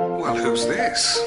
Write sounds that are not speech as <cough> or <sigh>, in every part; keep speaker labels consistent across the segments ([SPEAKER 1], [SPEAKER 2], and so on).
[SPEAKER 1] is this?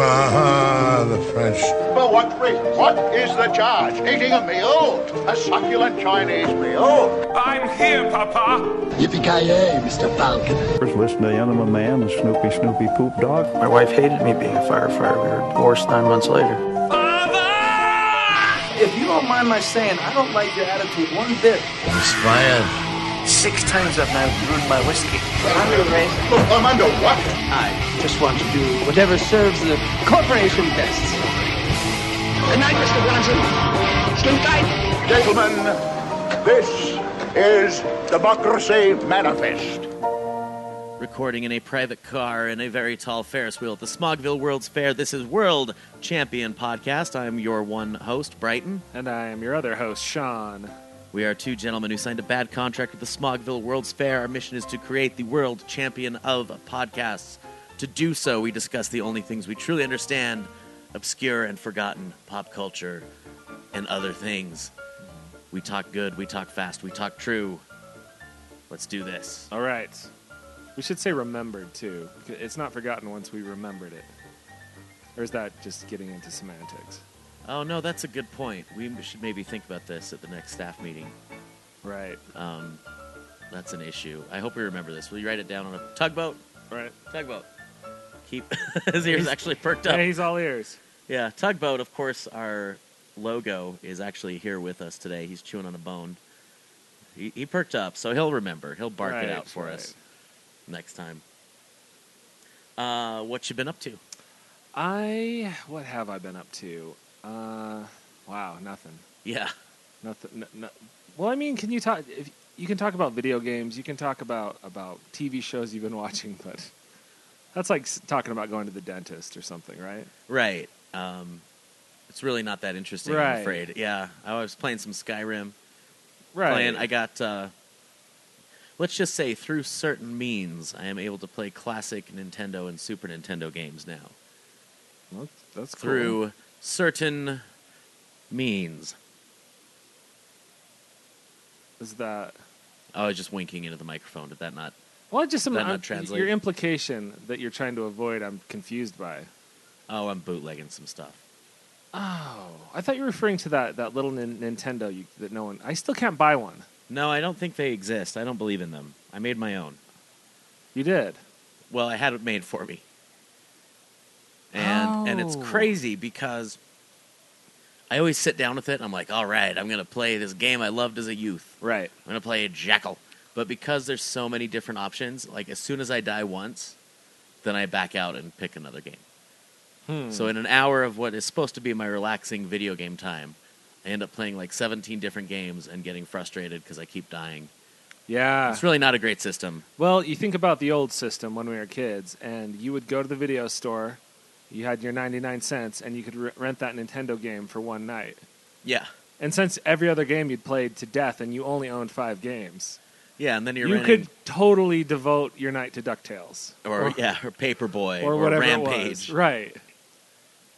[SPEAKER 2] Ah, the French.
[SPEAKER 3] For what reason? What is the charge? Eating a meal? A succulent Chinese meal?
[SPEAKER 4] I'm here, Papa.
[SPEAKER 5] Yippee-ki-yay, Mr. Falcon.
[SPEAKER 6] First, listen to the Enema Man, the Snoopy Snoopy Poop Dog.
[SPEAKER 7] My wife hated me being a firefighter. We were divorced nine months later.
[SPEAKER 4] Father!
[SPEAKER 7] If you don't mind my saying, I don't like your attitude one bit.
[SPEAKER 2] Inspired.
[SPEAKER 7] Six times I've now ruined my whiskey.
[SPEAKER 3] I'm under arrest. I'm under what?
[SPEAKER 7] I just want to do whatever serves the corporation best.
[SPEAKER 5] Good night, Mr. Bronson. Sleep tight.
[SPEAKER 3] Gentlemen, this is Democracy Manifest.
[SPEAKER 8] Recording in a private car in a very tall Ferris wheel at the Smogville World's Fair. This is World Champion Podcast. I am your one host, Brighton.
[SPEAKER 9] And I am your other host, Sean.
[SPEAKER 8] We are two gentlemen who signed a bad contract with the Smogville World's Fair. Our mission is to create the world champion of podcasts. To do so, we discuss the only things we truly understand obscure and forgotten pop culture and other things. We talk good, we talk fast, we talk true. Let's do this.
[SPEAKER 9] All right. We should say remembered, too. It's not forgotten once we remembered it. Or is that just getting into semantics?
[SPEAKER 8] Oh no, that's a good point. We should maybe think about this at the next staff meeting.
[SPEAKER 9] Right.
[SPEAKER 8] Um, that's an issue. I hope we remember this. Will you write it down on a tugboat?
[SPEAKER 9] Right.
[SPEAKER 8] Tugboat. Keep <laughs> his ears
[SPEAKER 9] He's-
[SPEAKER 8] actually perked up.
[SPEAKER 9] Yeah, he's all ears.
[SPEAKER 8] Yeah, tugboat. Of course, our logo is actually here with us today. He's chewing on a bone. He, he perked up, so he'll remember. He'll bark
[SPEAKER 9] Right,
[SPEAKER 8] it out for
[SPEAKER 9] right.
[SPEAKER 8] us next time. Uh, what you been up to?
[SPEAKER 9] I. What have I been up to? Uh, wow, nothing.
[SPEAKER 8] Yeah,
[SPEAKER 9] Nothing. n n- well, I mean, can you talk? If, you can talk about video games. You can talk about about TV shows you've been <laughs> watching, but that's like s- talking about going to the dentist or something, right?
[SPEAKER 8] right. Um, it's really not that interesting. I'm
[SPEAKER 9] Right.
[SPEAKER 8] afraid. Yeah, I was playing some Skyrim.
[SPEAKER 9] Right.
[SPEAKER 8] playing. I got. Uh, let's just say through certain means, I am able to play classic Nintendo and Super Nintendo games now.
[SPEAKER 9] Well, that's cool.
[SPEAKER 8] Through certain means.
[SPEAKER 9] Is that?
[SPEAKER 8] I was Oh, just winking into the microphone. Did that not?
[SPEAKER 9] Well, I just
[SPEAKER 8] That not
[SPEAKER 9] I'm,
[SPEAKER 8] translate?
[SPEAKER 9] your implication that you're trying to avoid. I'm confused by.
[SPEAKER 8] Oh, I'm bootlegging some stuff.
[SPEAKER 9] Oh, I thought you were referring to that that little nin- Nintendo you, that no one. I still can't buy one.
[SPEAKER 8] No, I don't think they exist. I don't believe in them. I made my own.
[SPEAKER 9] You did.
[SPEAKER 8] Well, I had it made for me. And and it's
[SPEAKER 9] Oh.
[SPEAKER 8] crazy because I always sit down with it and I'm like, all right, I'm gonna play this game I loved as a youth.
[SPEAKER 9] Right.
[SPEAKER 8] I'm gonna play a jackal. But because there's so many different options, like as soon as I die once, then I back out and pick another game.
[SPEAKER 9] Hmm.
[SPEAKER 8] So in an hour of what is supposed to be my relaxing video game time, I end up playing like 17 different games and getting frustrated because I keep dying.
[SPEAKER 9] yeah.
[SPEAKER 8] It's really not a great system.
[SPEAKER 9] Well, you think about the old system when we were kids, and you would go to the video store, you had your 99 cents, and you could re- rent that Nintendo game for one night.
[SPEAKER 8] Yeah,
[SPEAKER 9] And since every other game you'd played to death and you only owned five games,
[SPEAKER 8] yeah, and then you're
[SPEAKER 9] you
[SPEAKER 8] renting-
[SPEAKER 9] could totally devote your night to DuckTales
[SPEAKER 8] or, yeah, or Paperboy,
[SPEAKER 9] or whatever it
[SPEAKER 8] Rampage.
[SPEAKER 9] was. Right.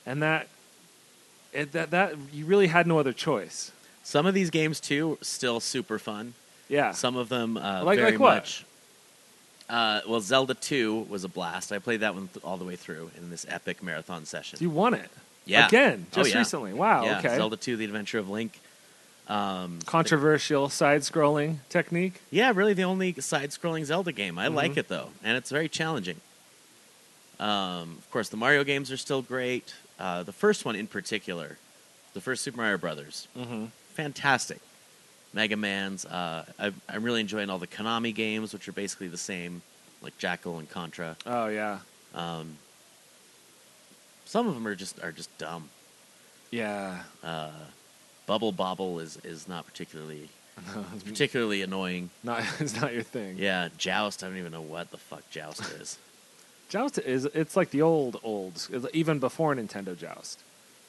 [SPEAKER 9] And that, it, that, that, you really had no other choice.
[SPEAKER 8] Some of these games too still super fun.
[SPEAKER 9] Yeah.
[SPEAKER 8] Some of them uh,
[SPEAKER 9] Like-
[SPEAKER 8] very
[SPEAKER 9] like what?
[SPEAKER 8] much. Uh, well, Zelda Two was a blast. I played that one th- all the way through in this epic marathon session.
[SPEAKER 9] you won it.
[SPEAKER 8] yeah,
[SPEAKER 9] Again,
[SPEAKER 8] Oh,
[SPEAKER 9] just
[SPEAKER 8] yeah.
[SPEAKER 9] recently. Wow.
[SPEAKER 8] yeah,
[SPEAKER 9] okay.
[SPEAKER 8] Zelda Two: The Adventure of Link. Um,
[SPEAKER 9] Controversial side scrolling technique.
[SPEAKER 8] Yeah, really the only side scrolling Zelda game. I like
[SPEAKER 9] Mm-hmm.
[SPEAKER 8] it though, and it's very challenging. Um, of course, the Mario games are still great. Uh, the first one in particular, the first Super Mario Brothers,
[SPEAKER 9] Mm-hmm.
[SPEAKER 8] fantastic. Mega Man's. Uh, I, I'm really enjoying all the Konami games, which are basically the same, like Jackal and Contra.
[SPEAKER 9] Oh, yeah.
[SPEAKER 8] Um, some of them are just are just dumb.
[SPEAKER 9] Yeah.
[SPEAKER 8] Uh, Bubble Bobble is is not particularly it's particularly annoying.
[SPEAKER 9] not <laughs> it's not your thing.
[SPEAKER 8] Yeah, Joust. I don't even know what the fuck Joust is.
[SPEAKER 9] Joust is it's like the old old it's even before Nintendo Joust,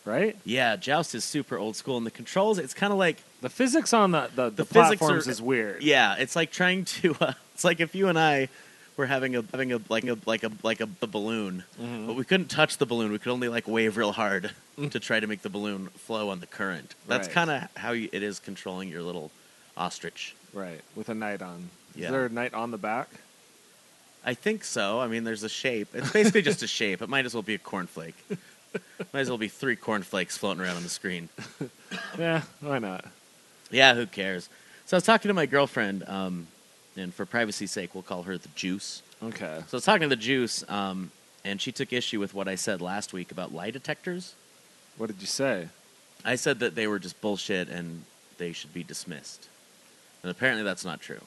[SPEAKER 9] right?
[SPEAKER 8] Yeah, Joust is super old school, and the controls, it's kind of like,
[SPEAKER 9] The physics on the the, the,
[SPEAKER 8] The physics
[SPEAKER 9] platforms
[SPEAKER 8] are-
[SPEAKER 9] is weird.
[SPEAKER 8] yeah, it's like trying to, <laughs> uh, it's like if you and I were having a, having a, like a, like a, like a, b- balloon, but we couldn't touch the balloon. We could only like wave real hard to try to make the balloon flow on the current. That's
[SPEAKER 9] Right.
[SPEAKER 8] kind of how you, it is controlling your little ostrich.
[SPEAKER 9] Right. With a knight on.
[SPEAKER 8] Yeah.
[SPEAKER 9] Is there a knight on the back?
[SPEAKER 8] I think so. I mean, there's a shape. It's basically just a shape. It might as well be a cornflake. might as well be three cornflakes floating around on the screen.
[SPEAKER 9] Yeah, why not?
[SPEAKER 8] Yeah, who cares? So I was talking to my girlfriend, um, and for privacy's sake, we'll call her the Juice.
[SPEAKER 9] Okay.
[SPEAKER 8] So I was talking to the Juice, um, and she took issue with what I said last week about lie detectors.
[SPEAKER 9] What did you say?
[SPEAKER 8] I said that they were just bullshit and they should be dismissed. And apparently that's not true.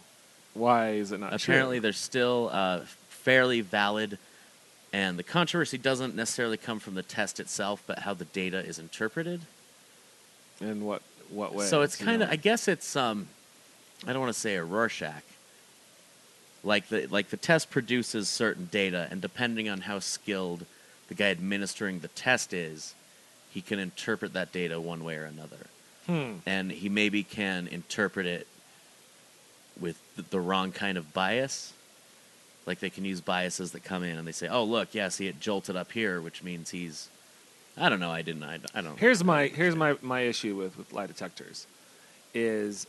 [SPEAKER 9] Why is it not? true?
[SPEAKER 8] Apparently they're still uh, fairly valid, and the controversy doesn't necessarily come from the test itself, but how the data is interpreted.
[SPEAKER 9] In what what way?
[SPEAKER 8] So it's
[SPEAKER 9] you know?
[SPEAKER 8] kind of, I guess it's, um, I don't want to say a Rorschach. Like the like the test produces certain data, and depending on how skilled the guy administering the test is, he can interpret that data one way or another.
[SPEAKER 9] Hmm.
[SPEAKER 8] And he maybe can interpret it with th- the wrong kind of bias. Like they can use biases that come in and they say, "Oh, look, yeah, see, it jolted up here, which means he's." I don't know. I didn't. I, I don't.
[SPEAKER 9] Here's my here's my, my issue with, with lie detectors, is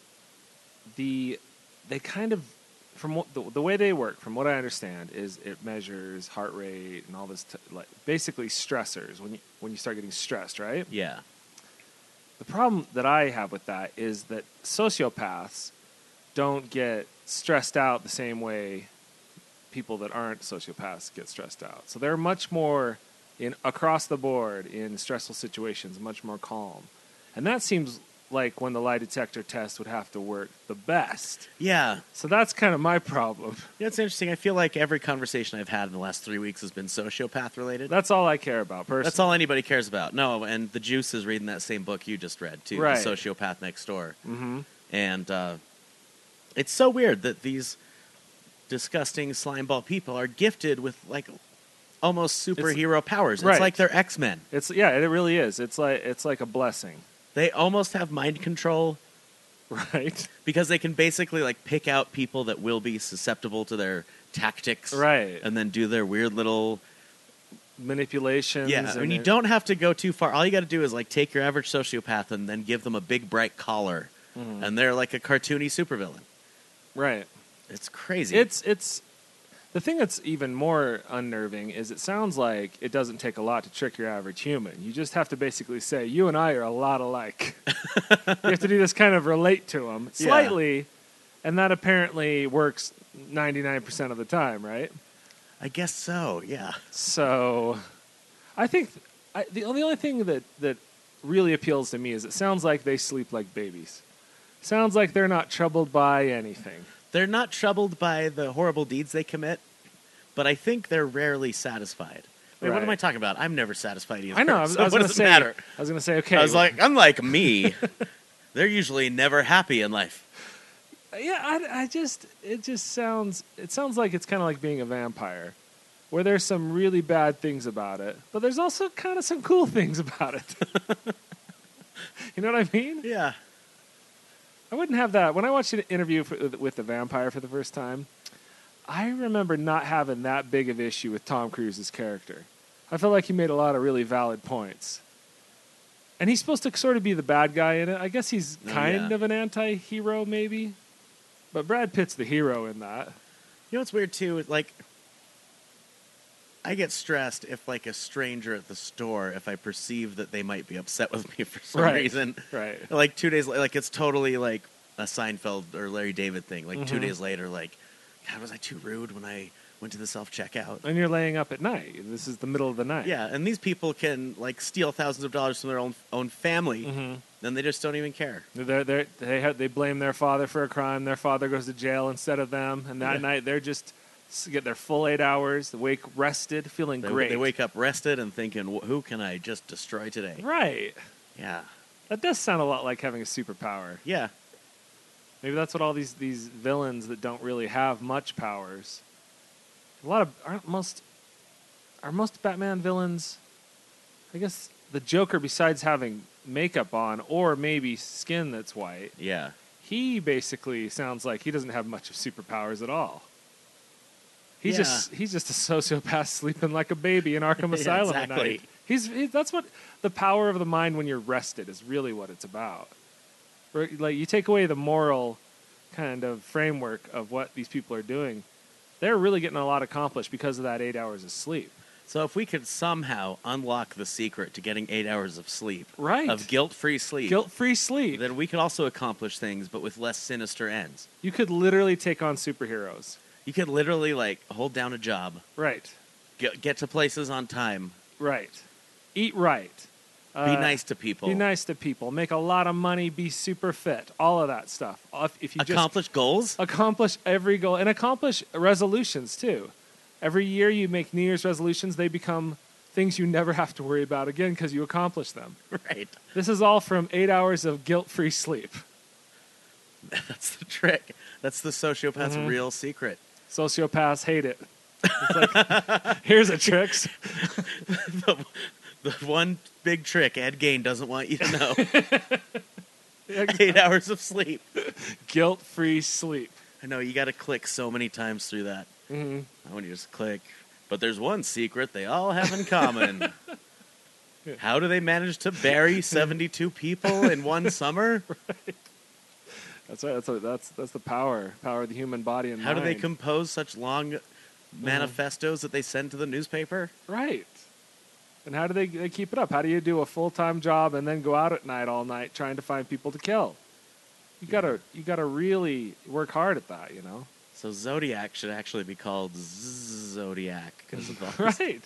[SPEAKER 9] the they kind of from what, the, the way they work, from what I understand, is it measures heart rate and all this t- like basically stressors when you, when you start getting stressed, right?
[SPEAKER 8] Yeah.
[SPEAKER 9] The problem that I have with that is that sociopaths don't get stressed out the same way people that aren't sociopaths get stressed out. So they're much more in across the board in stressful situations, much more calm. And that seems like when the lie detector test would have to work the best.
[SPEAKER 8] Yeah.
[SPEAKER 9] So that's kind of my <laughs> problem.
[SPEAKER 8] That's interesting. I feel like every conversation I've had in the last three weeks has been sociopath related.
[SPEAKER 9] That's all I care about personally.
[SPEAKER 8] That's all anybody cares about. No, and the Juice is reading that same book you just read too,
[SPEAKER 9] Right.
[SPEAKER 8] the Sociopath Next Door, mm-hmm. and uh, it's so weird that these disgusting slimeball people are gifted with like almost superhero powers.
[SPEAKER 9] right.
[SPEAKER 8] It's like they're X Men.
[SPEAKER 9] It's yeah, it really is. It's like it's like a blessing, <laughs>
[SPEAKER 8] They almost have mind control
[SPEAKER 9] right?
[SPEAKER 8] because they can basically like pick out people that will be susceptible to their tactics,
[SPEAKER 9] Right.
[SPEAKER 8] And then do their weird little
[SPEAKER 9] Manipulations.
[SPEAKER 8] Yeah, I
[SPEAKER 9] and
[SPEAKER 8] mean, you
[SPEAKER 9] it-
[SPEAKER 8] don't have to go too far. All you got to do is like take your average sociopath and then give them a big bright collar,
[SPEAKER 9] Mm-hmm.
[SPEAKER 8] and they're like a cartoony supervillain.
[SPEAKER 9] right.
[SPEAKER 8] It's crazy.
[SPEAKER 9] It's it's the thing that's even more unnerving is it sounds like it doesn't take a lot to trick your average human. You just have to basically say you and I are a
[SPEAKER 8] <laughs>
[SPEAKER 9] lot alike. you have to do this kind of relate to them
[SPEAKER 8] Yeah.
[SPEAKER 9] slightly, and that apparently works ninety nine percent of the time, right?
[SPEAKER 8] I guess so. Yeah,
[SPEAKER 9] So, I think I, the, the only thing that, that really appeals to me is it sounds like they sleep like babies. Sounds like they're not troubled by anything.
[SPEAKER 8] they're not troubled by the horrible deeds they commit, but I think they're rarely satisfied. Wait, What am
[SPEAKER 9] Right.
[SPEAKER 8] I talking about? I'm never satisfied either.
[SPEAKER 9] I know. I
[SPEAKER 8] <laughs>
[SPEAKER 9] was,
[SPEAKER 8] so
[SPEAKER 9] I was
[SPEAKER 8] what
[SPEAKER 9] gonna
[SPEAKER 8] does it
[SPEAKER 9] say,
[SPEAKER 8] matter?
[SPEAKER 9] I was gonna say okay.
[SPEAKER 8] I was like, unlike
[SPEAKER 9] <laughs>
[SPEAKER 8] me, they're usually never happy in life.
[SPEAKER 9] yeah. I, I just it just sounds it sounds like it's kind of like being a vampire, where there's some really bad things about it, but there's also kind of some cool <laughs> things about it. you know what I mean?
[SPEAKER 8] Yeah,
[SPEAKER 9] I wouldn't have that. When I watched an interview for, with the vampire for the first time, I remember not having that big of issue with Tom Cruise's character. I felt like he made a lot of really valid points. And he's supposed to sort of be the bad guy in it. I guess he's
[SPEAKER 8] Oh,
[SPEAKER 9] kind
[SPEAKER 8] yeah.
[SPEAKER 9] of an anti hero, maybe. But Brad Pitt's the hero in that.
[SPEAKER 8] You know what's weird too? is, Like, I get stressed if like a stranger at the store, if I perceive that they might be upset with me <laughs> for some
[SPEAKER 9] Right.
[SPEAKER 8] reason. <laughs>
[SPEAKER 9] Right.
[SPEAKER 8] Like two days later, like it's totally like a Seinfeld or Larry David thing. Like two
[SPEAKER 9] Mhm.
[SPEAKER 8] days later, like, God, was I too rude when I went to the self checkout?
[SPEAKER 9] And you're laying up at night. This is the middle of the night.
[SPEAKER 8] Yeah, and these people can like steal thousands of dollars from their own own family,
[SPEAKER 9] Mhm.
[SPEAKER 8] and they just don't even care.
[SPEAKER 9] They're, they're, they, have, they blame their father for a crime. Their father goes to jail instead of them. And that
[SPEAKER 8] Yeah.
[SPEAKER 9] night, they're just s- get their full eight hours. They wake rested, feeling
[SPEAKER 8] They,
[SPEAKER 9] great.
[SPEAKER 8] they wake up rested and thinking, "Wh- "Who can I just destroy today?"
[SPEAKER 9] Right.
[SPEAKER 8] Yeah,
[SPEAKER 9] That does sound a lot like having a superpower.
[SPEAKER 8] yeah.
[SPEAKER 9] Maybe that's what all these, these villains that don't really have much powers. A lot of aren't most are most Batman villains. I guess the Joker, besides having makeup on or maybe skin that's white,
[SPEAKER 8] Yeah.
[SPEAKER 9] he basically sounds like he doesn't have much of superpowers at all. He's
[SPEAKER 8] Yeah.
[SPEAKER 9] just he's just a sociopath sleeping like a baby in
[SPEAKER 8] <laughs>
[SPEAKER 9] Arkham Asylum at
[SPEAKER 8] Exactly.
[SPEAKER 9] night. He's he, that's what the power of the mind when you're rested is really what it's about. Where, like you take away the moral kind of framework of what these people are doing, they're really getting a lot accomplished because of that eight hours of sleep.
[SPEAKER 8] So if we could somehow unlock the secret to getting eight hours of sleep,
[SPEAKER 9] Right.
[SPEAKER 8] of guilt-free sleep,
[SPEAKER 9] Guilt-free sleep.
[SPEAKER 8] then we could also accomplish things, but with less sinister ends.
[SPEAKER 9] You could literally take on superheroes.
[SPEAKER 8] You could literally like hold down a job,
[SPEAKER 9] Right.
[SPEAKER 8] get, get to places on time,
[SPEAKER 9] Right. Eat right.
[SPEAKER 8] be nice to people,
[SPEAKER 9] Uh, Be nice to people. Make a lot of money. Be super fit. All of that stuff. If, if you just
[SPEAKER 8] accomplish goals. <laughs>
[SPEAKER 9] accomplish every goal and accomplish resolutions too. Every year you make New Year's resolutions, they become things you never have to worry about again because you accomplish them.
[SPEAKER 8] right.
[SPEAKER 9] This is all from eight hours of guilt free sleep.
[SPEAKER 8] That's the trick. That's the sociopath's
[SPEAKER 9] Mm-hmm.
[SPEAKER 8] real secret. <laughs>
[SPEAKER 9] Sociopaths hate it. It's like, <laughs> here's a tricks.
[SPEAKER 8] The one big trick Ed Gain doesn't want you to know. <laughs> Eight hours of sleep.
[SPEAKER 9] Guilt free sleep.
[SPEAKER 8] I know you got to click so many times through that. Mm-hmm. I want you to just click. But there's one secret they all have in
[SPEAKER 9] <laughs>
[SPEAKER 8] common. How do they manage to bury 72 people in one summer?
[SPEAKER 9] That's right. That's, that's, that's the power, power of the human body and
[SPEAKER 8] How do they
[SPEAKER 9] mind.
[SPEAKER 8] compose such long
[SPEAKER 9] Mm-hmm.
[SPEAKER 8] manifestos that they send to the newspaper?
[SPEAKER 9] Right. And how do they, they keep it up? How do you do a full time job and then go out at night all night trying to find people to kill? You gotta you gotta really work hard at that, you know.
[SPEAKER 8] So Zodiac should actually be called Zodiac because of all the
[SPEAKER 9] <laughs> Right.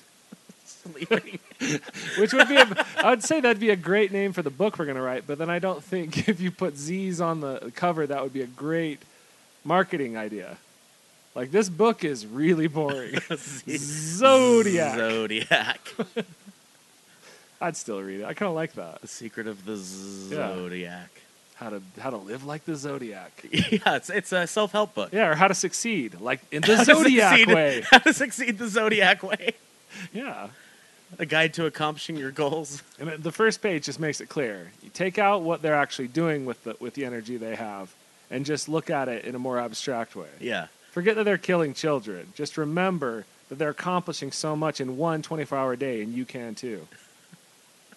[SPEAKER 8] sleeping.
[SPEAKER 9] Which would be a, I would say that'd be a great name for the book we're gonna write, but then I don't think <laughs> if you put Z's on the cover that would be a great marketing idea. Like this book is really boring. Zodiac.
[SPEAKER 8] Zodiac.
[SPEAKER 9] <laughs> I'd still read it. I kinda like that.
[SPEAKER 8] The secret of the
[SPEAKER 9] Yeah.
[SPEAKER 8] Zodiac. <laughs>
[SPEAKER 9] How to how to live like the Zodiac.
[SPEAKER 8] Yeah, it's, it's a self help book.
[SPEAKER 9] Yeah, or how to succeed, like <laughs> in the
[SPEAKER 8] How to
[SPEAKER 9] zodiac
[SPEAKER 8] succeed-
[SPEAKER 9] way.
[SPEAKER 8] <laughs> How to succeed the Zodiac way.
[SPEAKER 9] <laughs> Yeah,
[SPEAKER 8] A guide to accomplishing your goals.
[SPEAKER 9] and the first page just makes it clear. You take out what they're actually doing with the with the energy they have, and just look at it in a more abstract way.
[SPEAKER 8] <laughs> Yeah.
[SPEAKER 9] Forget that they're killing children. Just remember that they're accomplishing so much in one 24-hour day, and you can too.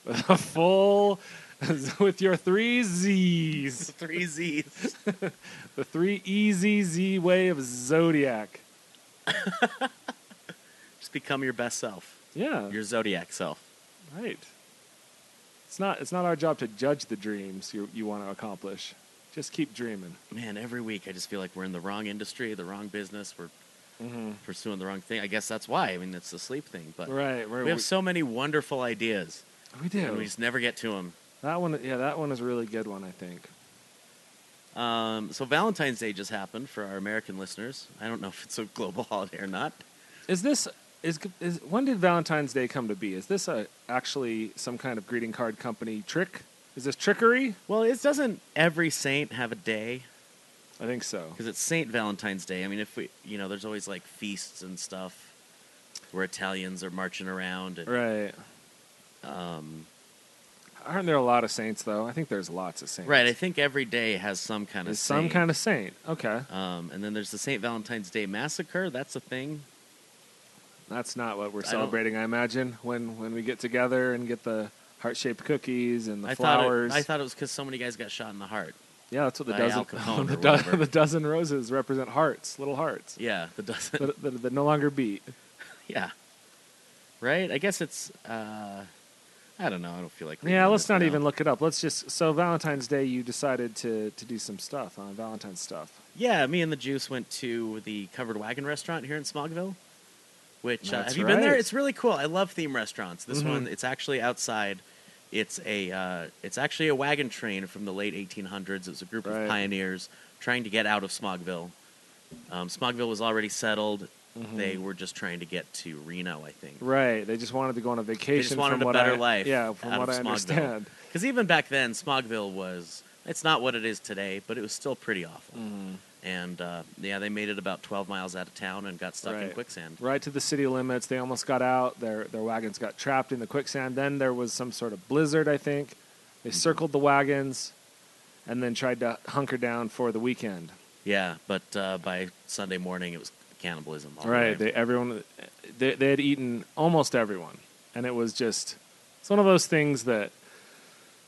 [SPEAKER 9] With a full, <laughs> with your three Z's,
[SPEAKER 8] Three Z's.
[SPEAKER 9] the three easy Z way of zodiac.
[SPEAKER 8] Just become your best self,
[SPEAKER 9] Yeah,
[SPEAKER 8] your Zodiac self.
[SPEAKER 9] Right. It's not it's not our job to judge the dreams you you want to accomplish. Just keep dreaming.
[SPEAKER 8] Man, every week I just feel like we're in the wrong industry, the wrong business. We're pursuing the wrong thing. I guess that's why. I mean, it's the sleep thing. But
[SPEAKER 9] Right. We're,
[SPEAKER 8] we have so many wonderful ideas,
[SPEAKER 9] we do.
[SPEAKER 8] and we just never get to them.
[SPEAKER 9] that one yeah, that one is a really good one, I think.
[SPEAKER 8] Um, so Valentine's Day just happened for our American listeners. I don't know if it's a global <laughs> holiday or not.
[SPEAKER 9] Is this is, is when did Valentine's Day come to be? Is this a, actually some kind of greeting card company trick? Is this trickery?
[SPEAKER 8] Well, it doesn't every saint have a day
[SPEAKER 9] I think so.
[SPEAKER 8] because it's Saint Valentine's Day. I mean, if we, you know, there's always like feasts and stuff where Italians are marching around. And,
[SPEAKER 9] Right.
[SPEAKER 8] um,
[SPEAKER 9] Aren't there a lot of saints though? I think there's lots of saints.
[SPEAKER 8] right. I think every day has some kind of
[SPEAKER 9] There's some
[SPEAKER 8] saint.
[SPEAKER 9] kind of saint. Okay.
[SPEAKER 8] Um, and then there's the Saint Valentine's Day massacre. That's a thing.
[SPEAKER 9] That's not what we're
[SPEAKER 8] don't-
[SPEAKER 9] celebrating, I imagine. When when we get together and get the heart shaped cookies and the
[SPEAKER 8] I thought
[SPEAKER 9] flowers.
[SPEAKER 8] it, I thought it was because so many guys got shot in the heart.
[SPEAKER 9] yeah, that's what the
[SPEAKER 8] by
[SPEAKER 9] dozen
[SPEAKER 8] Al Capone
[SPEAKER 9] <laughs> the,
[SPEAKER 8] or whatever.
[SPEAKER 9] the dozen roses represent hearts, little hearts
[SPEAKER 8] Yeah, the dozen.
[SPEAKER 9] that, that, that no longer beat.
[SPEAKER 8] <laughs> Yeah. Right? I guess it's uh I don't know. I don't feel like
[SPEAKER 9] Yeah, let's not even look it up. Let's just so Valentine's Day, you decided to to do some stuff on Valentine's stuff.
[SPEAKER 8] Yeah, me and the Juice went to the Covered Wagon restaurant here in Smogville. Which uh,
[SPEAKER 9] That's
[SPEAKER 8] have you been there?
[SPEAKER 9] right. Mm-hmm.
[SPEAKER 8] It's really cool. I love theme restaurants. This one, it's actually outside. It's a uh, it's actually a wagon train from the late 1800s. It was a group
[SPEAKER 9] Right.
[SPEAKER 8] of pioneers trying to get out of Smogville. Um, Smogville was already settled.
[SPEAKER 9] Mm-hmm.
[SPEAKER 8] They were just trying to get to Reno, I think.
[SPEAKER 9] Right, they just wanted to go on a vacation.
[SPEAKER 8] wanted
[SPEAKER 9] from
[SPEAKER 8] a
[SPEAKER 9] what
[SPEAKER 8] better
[SPEAKER 9] I-
[SPEAKER 8] life
[SPEAKER 9] Yeah, from
[SPEAKER 8] out
[SPEAKER 9] what
[SPEAKER 8] of
[SPEAKER 9] I
[SPEAKER 8] Smogville.
[SPEAKER 9] understand.
[SPEAKER 8] Because even back then, Smogville was, it's not what it is today, but it was still pretty awful.
[SPEAKER 9] Mm-hmm.
[SPEAKER 8] And uh, yeah, they made it about 12 miles out of town and got stuck in
[SPEAKER 9] Right.
[SPEAKER 8] quicksand.
[SPEAKER 9] Right to the city limits. They almost got out. Their their wagons got trapped in the quicksand. Then there was some sort of blizzard, I think. They circled the wagons and then tried to hunker down for the weekend.
[SPEAKER 8] Yeah, but uh, by Sunday morning, it was cannibalism. All the
[SPEAKER 9] right.
[SPEAKER 8] way.
[SPEAKER 9] They everyone they, they had eaten almost everyone. And it was just it's one of those things that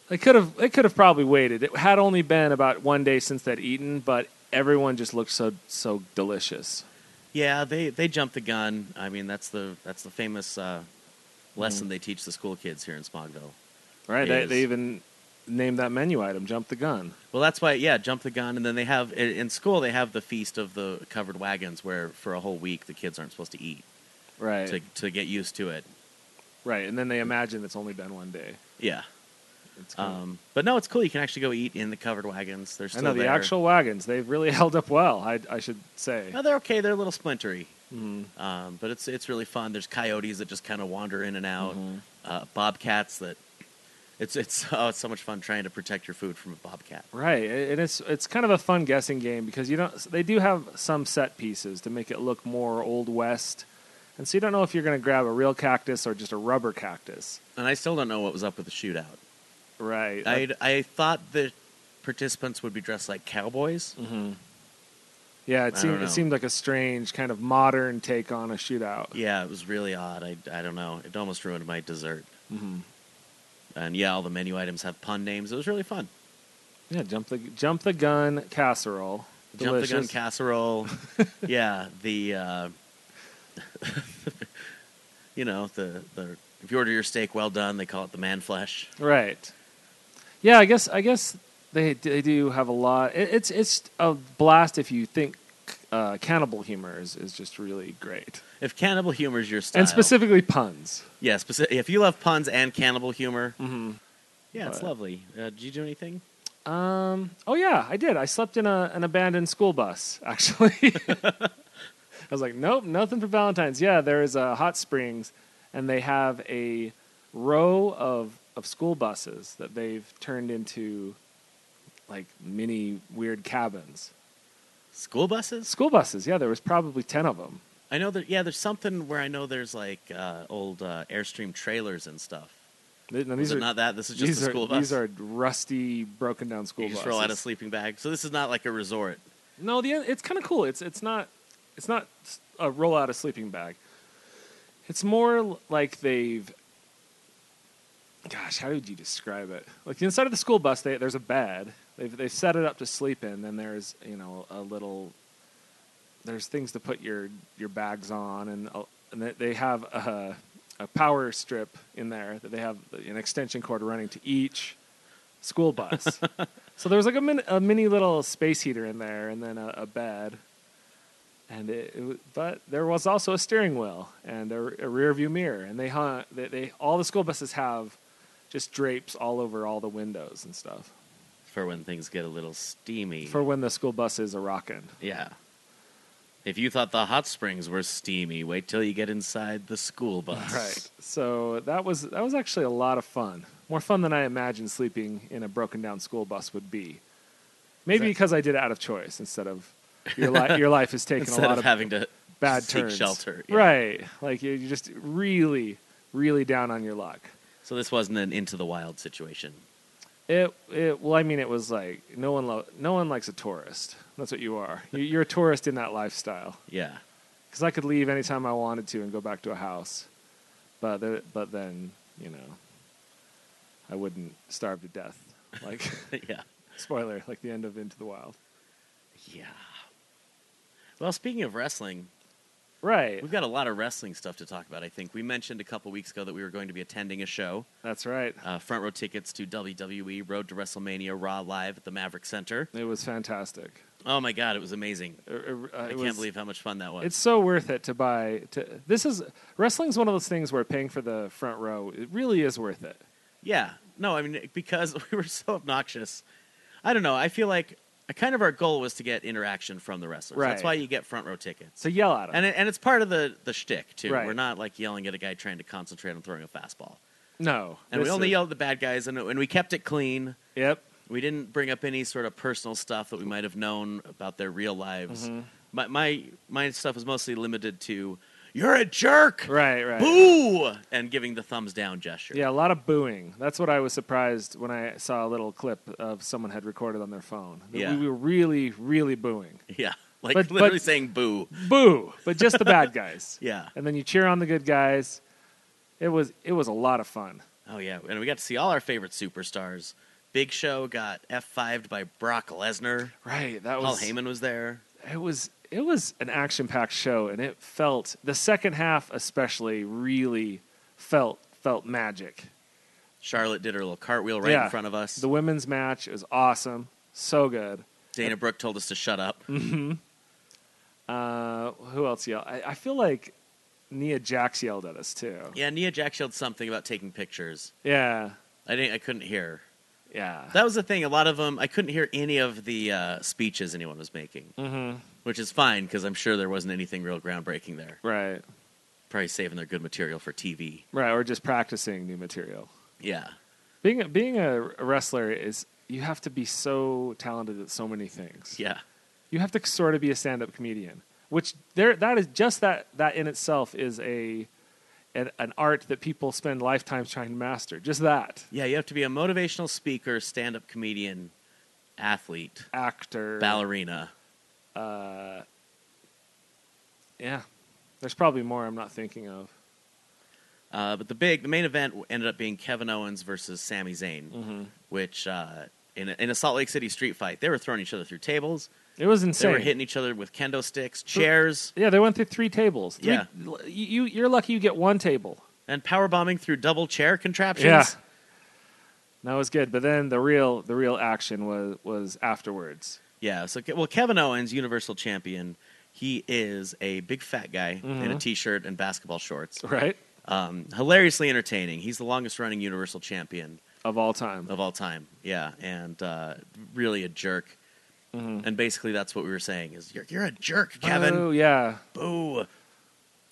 [SPEAKER 9] they could have they could have probably waited. It had only been about one day since they'd eaten, but everyone just looked so so delicious.
[SPEAKER 8] Yeah, they they jumped the gun. I mean, that's the that's the famous uh,
[SPEAKER 9] Mm-hmm.
[SPEAKER 8] lesson they teach the school kids here in Smogville.
[SPEAKER 9] Right? They,
[SPEAKER 8] Is-
[SPEAKER 9] they even named that menu item "Jump the Gun."
[SPEAKER 8] Well, that's why, yeah, jump the gun, and then they have i- in school they have the feast of the covered wagons, where for a whole week the kids aren't supposed to eat
[SPEAKER 9] Right.
[SPEAKER 8] to to get used to it.
[SPEAKER 9] Right. And then they imagine it's only been one day.
[SPEAKER 8] Yeah,
[SPEAKER 9] It's cool.
[SPEAKER 8] um, but no, it's cool. You can actually go eat in the covered wagons. They're
[SPEAKER 9] I
[SPEAKER 8] still
[SPEAKER 9] know the
[SPEAKER 8] there.
[SPEAKER 9] actual wagons. They've really <laughs> held up well. I, I should say.
[SPEAKER 8] No, they're okay. They're a little splintery,
[SPEAKER 9] Mhm.
[SPEAKER 8] um, but it's it's really fun. There's coyotes that just kind of wander in and out, uh, bobcats that. It's it's <laughs> oh, it's so much fun trying to protect your food from a bobcat.
[SPEAKER 9] Right, a- and it's it's kind of a fun guessing game because you don't. They do have some set pieces to make it look more old west, and so you don't know if you're going to grab a real cactus or just a rubber cactus.
[SPEAKER 8] And I still don't know what was up with the shootout.
[SPEAKER 9] Right.
[SPEAKER 8] I I thought the participants would be dressed like cowboys.
[SPEAKER 9] yeah,
[SPEAKER 8] I
[SPEAKER 9] it seemed
[SPEAKER 8] don't know.
[SPEAKER 9] it seemed like a strange kind of modern take on a shootout.
[SPEAKER 8] Yeah, it was really odd. I, I don't know. It almost ruined my dessert. And yeah, all the menu items have pun names. It was really fun.
[SPEAKER 9] Yeah, jump the jump the gun casserole.
[SPEAKER 8] Jump the gun
[SPEAKER 9] Delicious. <laughs>
[SPEAKER 8] casserole. yeah, the uh, <laughs> you know the the if you order your steak well done, they call it the man flesh.
[SPEAKER 9] Right. Yeah, I guess I guess they they do have a lot. It, it's it's a blast if you think uh, cannibal humor is, is just really great.
[SPEAKER 8] If cannibal humor is your style,
[SPEAKER 9] And specifically puns.
[SPEAKER 8] yeah, specific. If you love puns and cannibal humor,
[SPEAKER 9] Mm-hmm.
[SPEAKER 8] yeah, it's lovely. Uh, did you do anything?
[SPEAKER 9] Um, oh yeah, I did. I slept in a, an abandoned school bus. <laughs> Actually, I was like, nope, nothing for Valentine's. Yeah, there is a hot springs, and they have a row of of school buses that they've turned into like mini weird cabins.
[SPEAKER 8] School buses.
[SPEAKER 9] School buses. Yeah, there was probably ten of them.
[SPEAKER 8] I know that. Yeah, there's something where I know there's like uh, old uh, Airstream trailers and stuff.
[SPEAKER 9] these
[SPEAKER 8] Is it
[SPEAKER 9] are
[SPEAKER 8] not that? This is just
[SPEAKER 9] these
[SPEAKER 8] a
[SPEAKER 9] are-
[SPEAKER 8] school bus.
[SPEAKER 9] These are rusty, broken down school
[SPEAKER 8] you just
[SPEAKER 9] buses.
[SPEAKER 8] roll out a sleeping bag. So this is not like a resort.
[SPEAKER 9] No, the it's kind of cool. It's it's not it's not s- a roll out a sleeping bag. It's more l- like they've. Gosh, how would you describe it? Like the inside of the school bus, they, there's a bed. They've they've set it up to sleep in. Then there's you know a little. There's things to put your your bags on, and a- and they- they have a, a power strip in there that they have an extension cord running to each school bus. So there was like a, min- a mini little space heater in there, and then a, a bed, and it, it. wa- But there was also a steering wheel and a, r- a rear view mirror, and they hung. They, they all the school buses have just drapes all over all the windows and stuff
[SPEAKER 8] For when things get a little steamy.
[SPEAKER 9] for when the school bus is a rockin'.
[SPEAKER 8] yeah. If you thought the hot springs were steamy, wait till you get inside the school bus.
[SPEAKER 9] Right. So that was that was actually a lot of fun. More fun than I imagined sleeping in a broken down school bus would be. Maybe
[SPEAKER 8] that-
[SPEAKER 9] because I did it out of choice instead of your life. Your life
[SPEAKER 8] <laughs>
[SPEAKER 9] has taken a
[SPEAKER 8] Instead
[SPEAKER 9] lot
[SPEAKER 8] of, having to
[SPEAKER 9] bad
[SPEAKER 8] seek
[SPEAKER 9] turns.
[SPEAKER 8] shelter. yeah.
[SPEAKER 9] Right. Like you- you're just really, really down on your luck.
[SPEAKER 8] So this wasn't an into the wild situation.
[SPEAKER 9] It, it, well, I mean, it was like no one, lo- no one likes a tourist. That's what you are. You- You're a tourist in that lifestyle.
[SPEAKER 8] Yeah. <laughs>
[SPEAKER 9] Because I could leave anytime I wanted to and go back to a house, but there, but then you know, I wouldn't starve to death. Like <laughs>
[SPEAKER 8] yeah.
[SPEAKER 9] spoiler, like the end of Into the Wild.
[SPEAKER 8] Yeah. Well, speaking of wrestling,
[SPEAKER 9] Right.
[SPEAKER 8] We've got a lot of wrestling stuff to talk about. I think we mentioned a couple weeks ago that we were going to be attending a show.
[SPEAKER 9] That's right.
[SPEAKER 8] Uh, front row tickets to WWE Road to WrestleMania Raw Live at the Maverick Center.
[SPEAKER 9] It was fantastic.
[SPEAKER 8] Oh my God, it was amazing!
[SPEAKER 9] Uh, uh, uh, it
[SPEAKER 8] I can't
[SPEAKER 9] was-
[SPEAKER 8] believe how much fun that was.
[SPEAKER 9] It's so worth it to buy. To this is wrestling's one of those things where paying for the front row it really is worth it.
[SPEAKER 8] yeah, no, I mean because <laughs> we were so obnoxious. I don't know. I feel like uh, kind of our goal was to get interaction from the wrestlers. That's
[SPEAKER 9] Right.
[SPEAKER 8] why you get front row tickets,
[SPEAKER 9] So yell at them.
[SPEAKER 8] and it, and it's part of the the shtick too.
[SPEAKER 9] Right.
[SPEAKER 8] We're not like yelling at a guy trying to concentrate on throwing a fastball,
[SPEAKER 9] no,
[SPEAKER 8] and we
[SPEAKER 9] this
[SPEAKER 8] only
[SPEAKER 9] is-
[SPEAKER 8] yelled at the bad guys, and and we kept it clean.
[SPEAKER 9] Yep,
[SPEAKER 8] We didn't bring up any sort of personal stuff that we might have known about their real lives.
[SPEAKER 9] Mm-hmm.
[SPEAKER 8] My, my my stuff was mostly limited to "You're a jerk,"
[SPEAKER 9] right, right.
[SPEAKER 8] "Boo," and giving the thumbs down gesture.
[SPEAKER 9] Yeah, a lot of booing. That's what I was surprised when I saw a little clip of someone had recorded on their phone. We-
[SPEAKER 8] Yeah.
[SPEAKER 9] We were really, really booing.
[SPEAKER 8] <laughs> yeah, like
[SPEAKER 9] But-
[SPEAKER 8] literally
[SPEAKER 9] but-
[SPEAKER 8] saying "boo."
[SPEAKER 9] Boo, but just the bad guys.
[SPEAKER 8] <laughs> Yeah.
[SPEAKER 9] And then you cheer on the good guys. It was it was a lot of fun.
[SPEAKER 8] Oh yeah, and we got to see all our favorite superstars. Big Show got F5'd by Brock Lesnar.
[SPEAKER 9] Right. That
[SPEAKER 8] Paul
[SPEAKER 9] was
[SPEAKER 8] Heyman was there.
[SPEAKER 9] it was it was an action packed show, and it felt the second half especially really felt felt magic.
[SPEAKER 8] Charlotte did her little cartwheel right
[SPEAKER 9] Yeah.
[SPEAKER 8] in front of us.
[SPEAKER 9] The women's match is awesome, so good.
[SPEAKER 8] Dana Brooke told us to shut up.
[SPEAKER 9] Mm-hmm. Uh, who else yelled? I, I feel like Nia Jax yelled at us too.
[SPEAKER 8] Yeah, Nia Jax yelled something about taking pictures.
[SPEAKER 9] Yeah,
[SPEAKER 8] I didn't. I couldn't hear.
[SPEAKER 9] yeah.
[SPEAKER 8] That was the thing. A lot of them, I couldn't hear any of the uh, speeches anyone was making, mm-hmm. which is fine because I'm sure there wasn't anything real groundbreaking there.
[SPEAKER 9] Right,
[SPEAKER 8] Probably saving their good material for TV.
[SPEAKER 9] right. Or just practicing new material.
[SPEAKER 8] Yeah,
[SPEAKER 9] Being a, being a wrestler is you have to be so talented at so many things.
[SPEAKER 8] yeah.
[SPEAKER 9] You have to sort of be a stand up comedian, which there that is just that that in itself is a an, an art that people spend lifetimes trying to master. Just that
[SPEAKER 8] Yeah, you have to be a motivational speaker, stand up comedian, athlete,
[SPEAKER 9] actor
[SPEAKER 8] ballerina.
[SPEAKER 9] Yeah, there's probably more I'm not thinking of.
[SPEAKER 8] Uh, but the big, the main event ended up being Kevin Owens versus Sami Zayn, which uh, in, a, in a Salt Lake City street fight, they were throwing each other through tables.
[SPEAKER 9] It was
[SPEAKER 8] They
[SPEAKER 9] insane.
[SPEAKER 8] were hitting each other with kendo sticks, chairs,
[SPEAKER 9] Yeah, they went through three tables. Three,
[SPEAKER 8] Yeah.
[SPEAKER 9] l- you you're lucky you get one table.
[SPEAKER 8] and power bombing through double chair contraptions.
[SPEAKER 9] that was good. But then the real the real action was was afterwards.
[SPEAKER 8] Yeah, so Ke- well, Kevin Owens, Universal Champion, he is a big fat guy in a t-shirt and basketball shorts.
[SPEAKER 9] Right
[SPEAKER 8] Um, hilariously entertaining. He's the longest running Universal Champion
[SPEAKER 9] of all time.
[SPEAKER 8] of all time. Yeah, and uh, really a jerk.
[SPEAKER 9] Mm-hmm.
[SPEAKER 8] And basically, that's what we were saying: is you're, you're a jerk, Kevin.
[SPEAKER 9] Oh yeah,
[SPEAKER 8] Boo.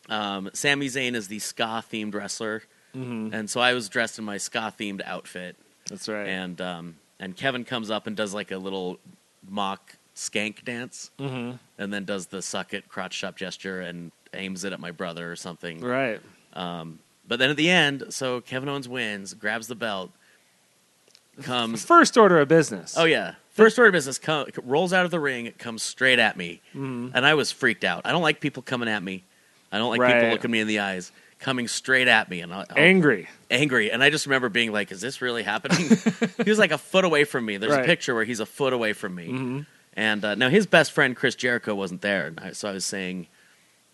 [SPEAKER 8] Um, Sami Zayn is the ska themed wrestler, and so I was dressed in my ska themed outfit,
[SPEAKER 9] that's Mm-hmm. right.
[SPEAKER 8] and um, and Kevin comes up and does like a little mock skank dance,
[SPEAKER 9] Mm-hmm.
[SPEAKER 8] and then does the suck it crotch shop gesture and aims it at my brother or something.
[SPEAKER 9] right.
[SPEAKER 8] But then at the end, so Kevin Owens wins, grabs the belt, comes.
[SPEAKER 9] First order of business.
[SPEAKER 8] Oh yeah. First order of business co- rolls out of the ring, comes straight at me,
[SPEAKER 9] Mm-hmm.
[SPEAKER 8] and I was freaked out. I don't like people coming at me. I don't like people
[SPEAKER 9] Right.
[SPEAKER 8] looking me in the eyes. Coming straight at me, and I, I-
[SPEAKER 9] Angry.
[SPEAKER 8] angry. And I just remember being like, "Is this really happening?" he was like a foot away from me. There's a
[SPEAKER 9] Right.
[SPEAKER 8] picture where he's a foot away from me. And uh, now his best friend Chris Jericho wasn't there, and I, so I was saying,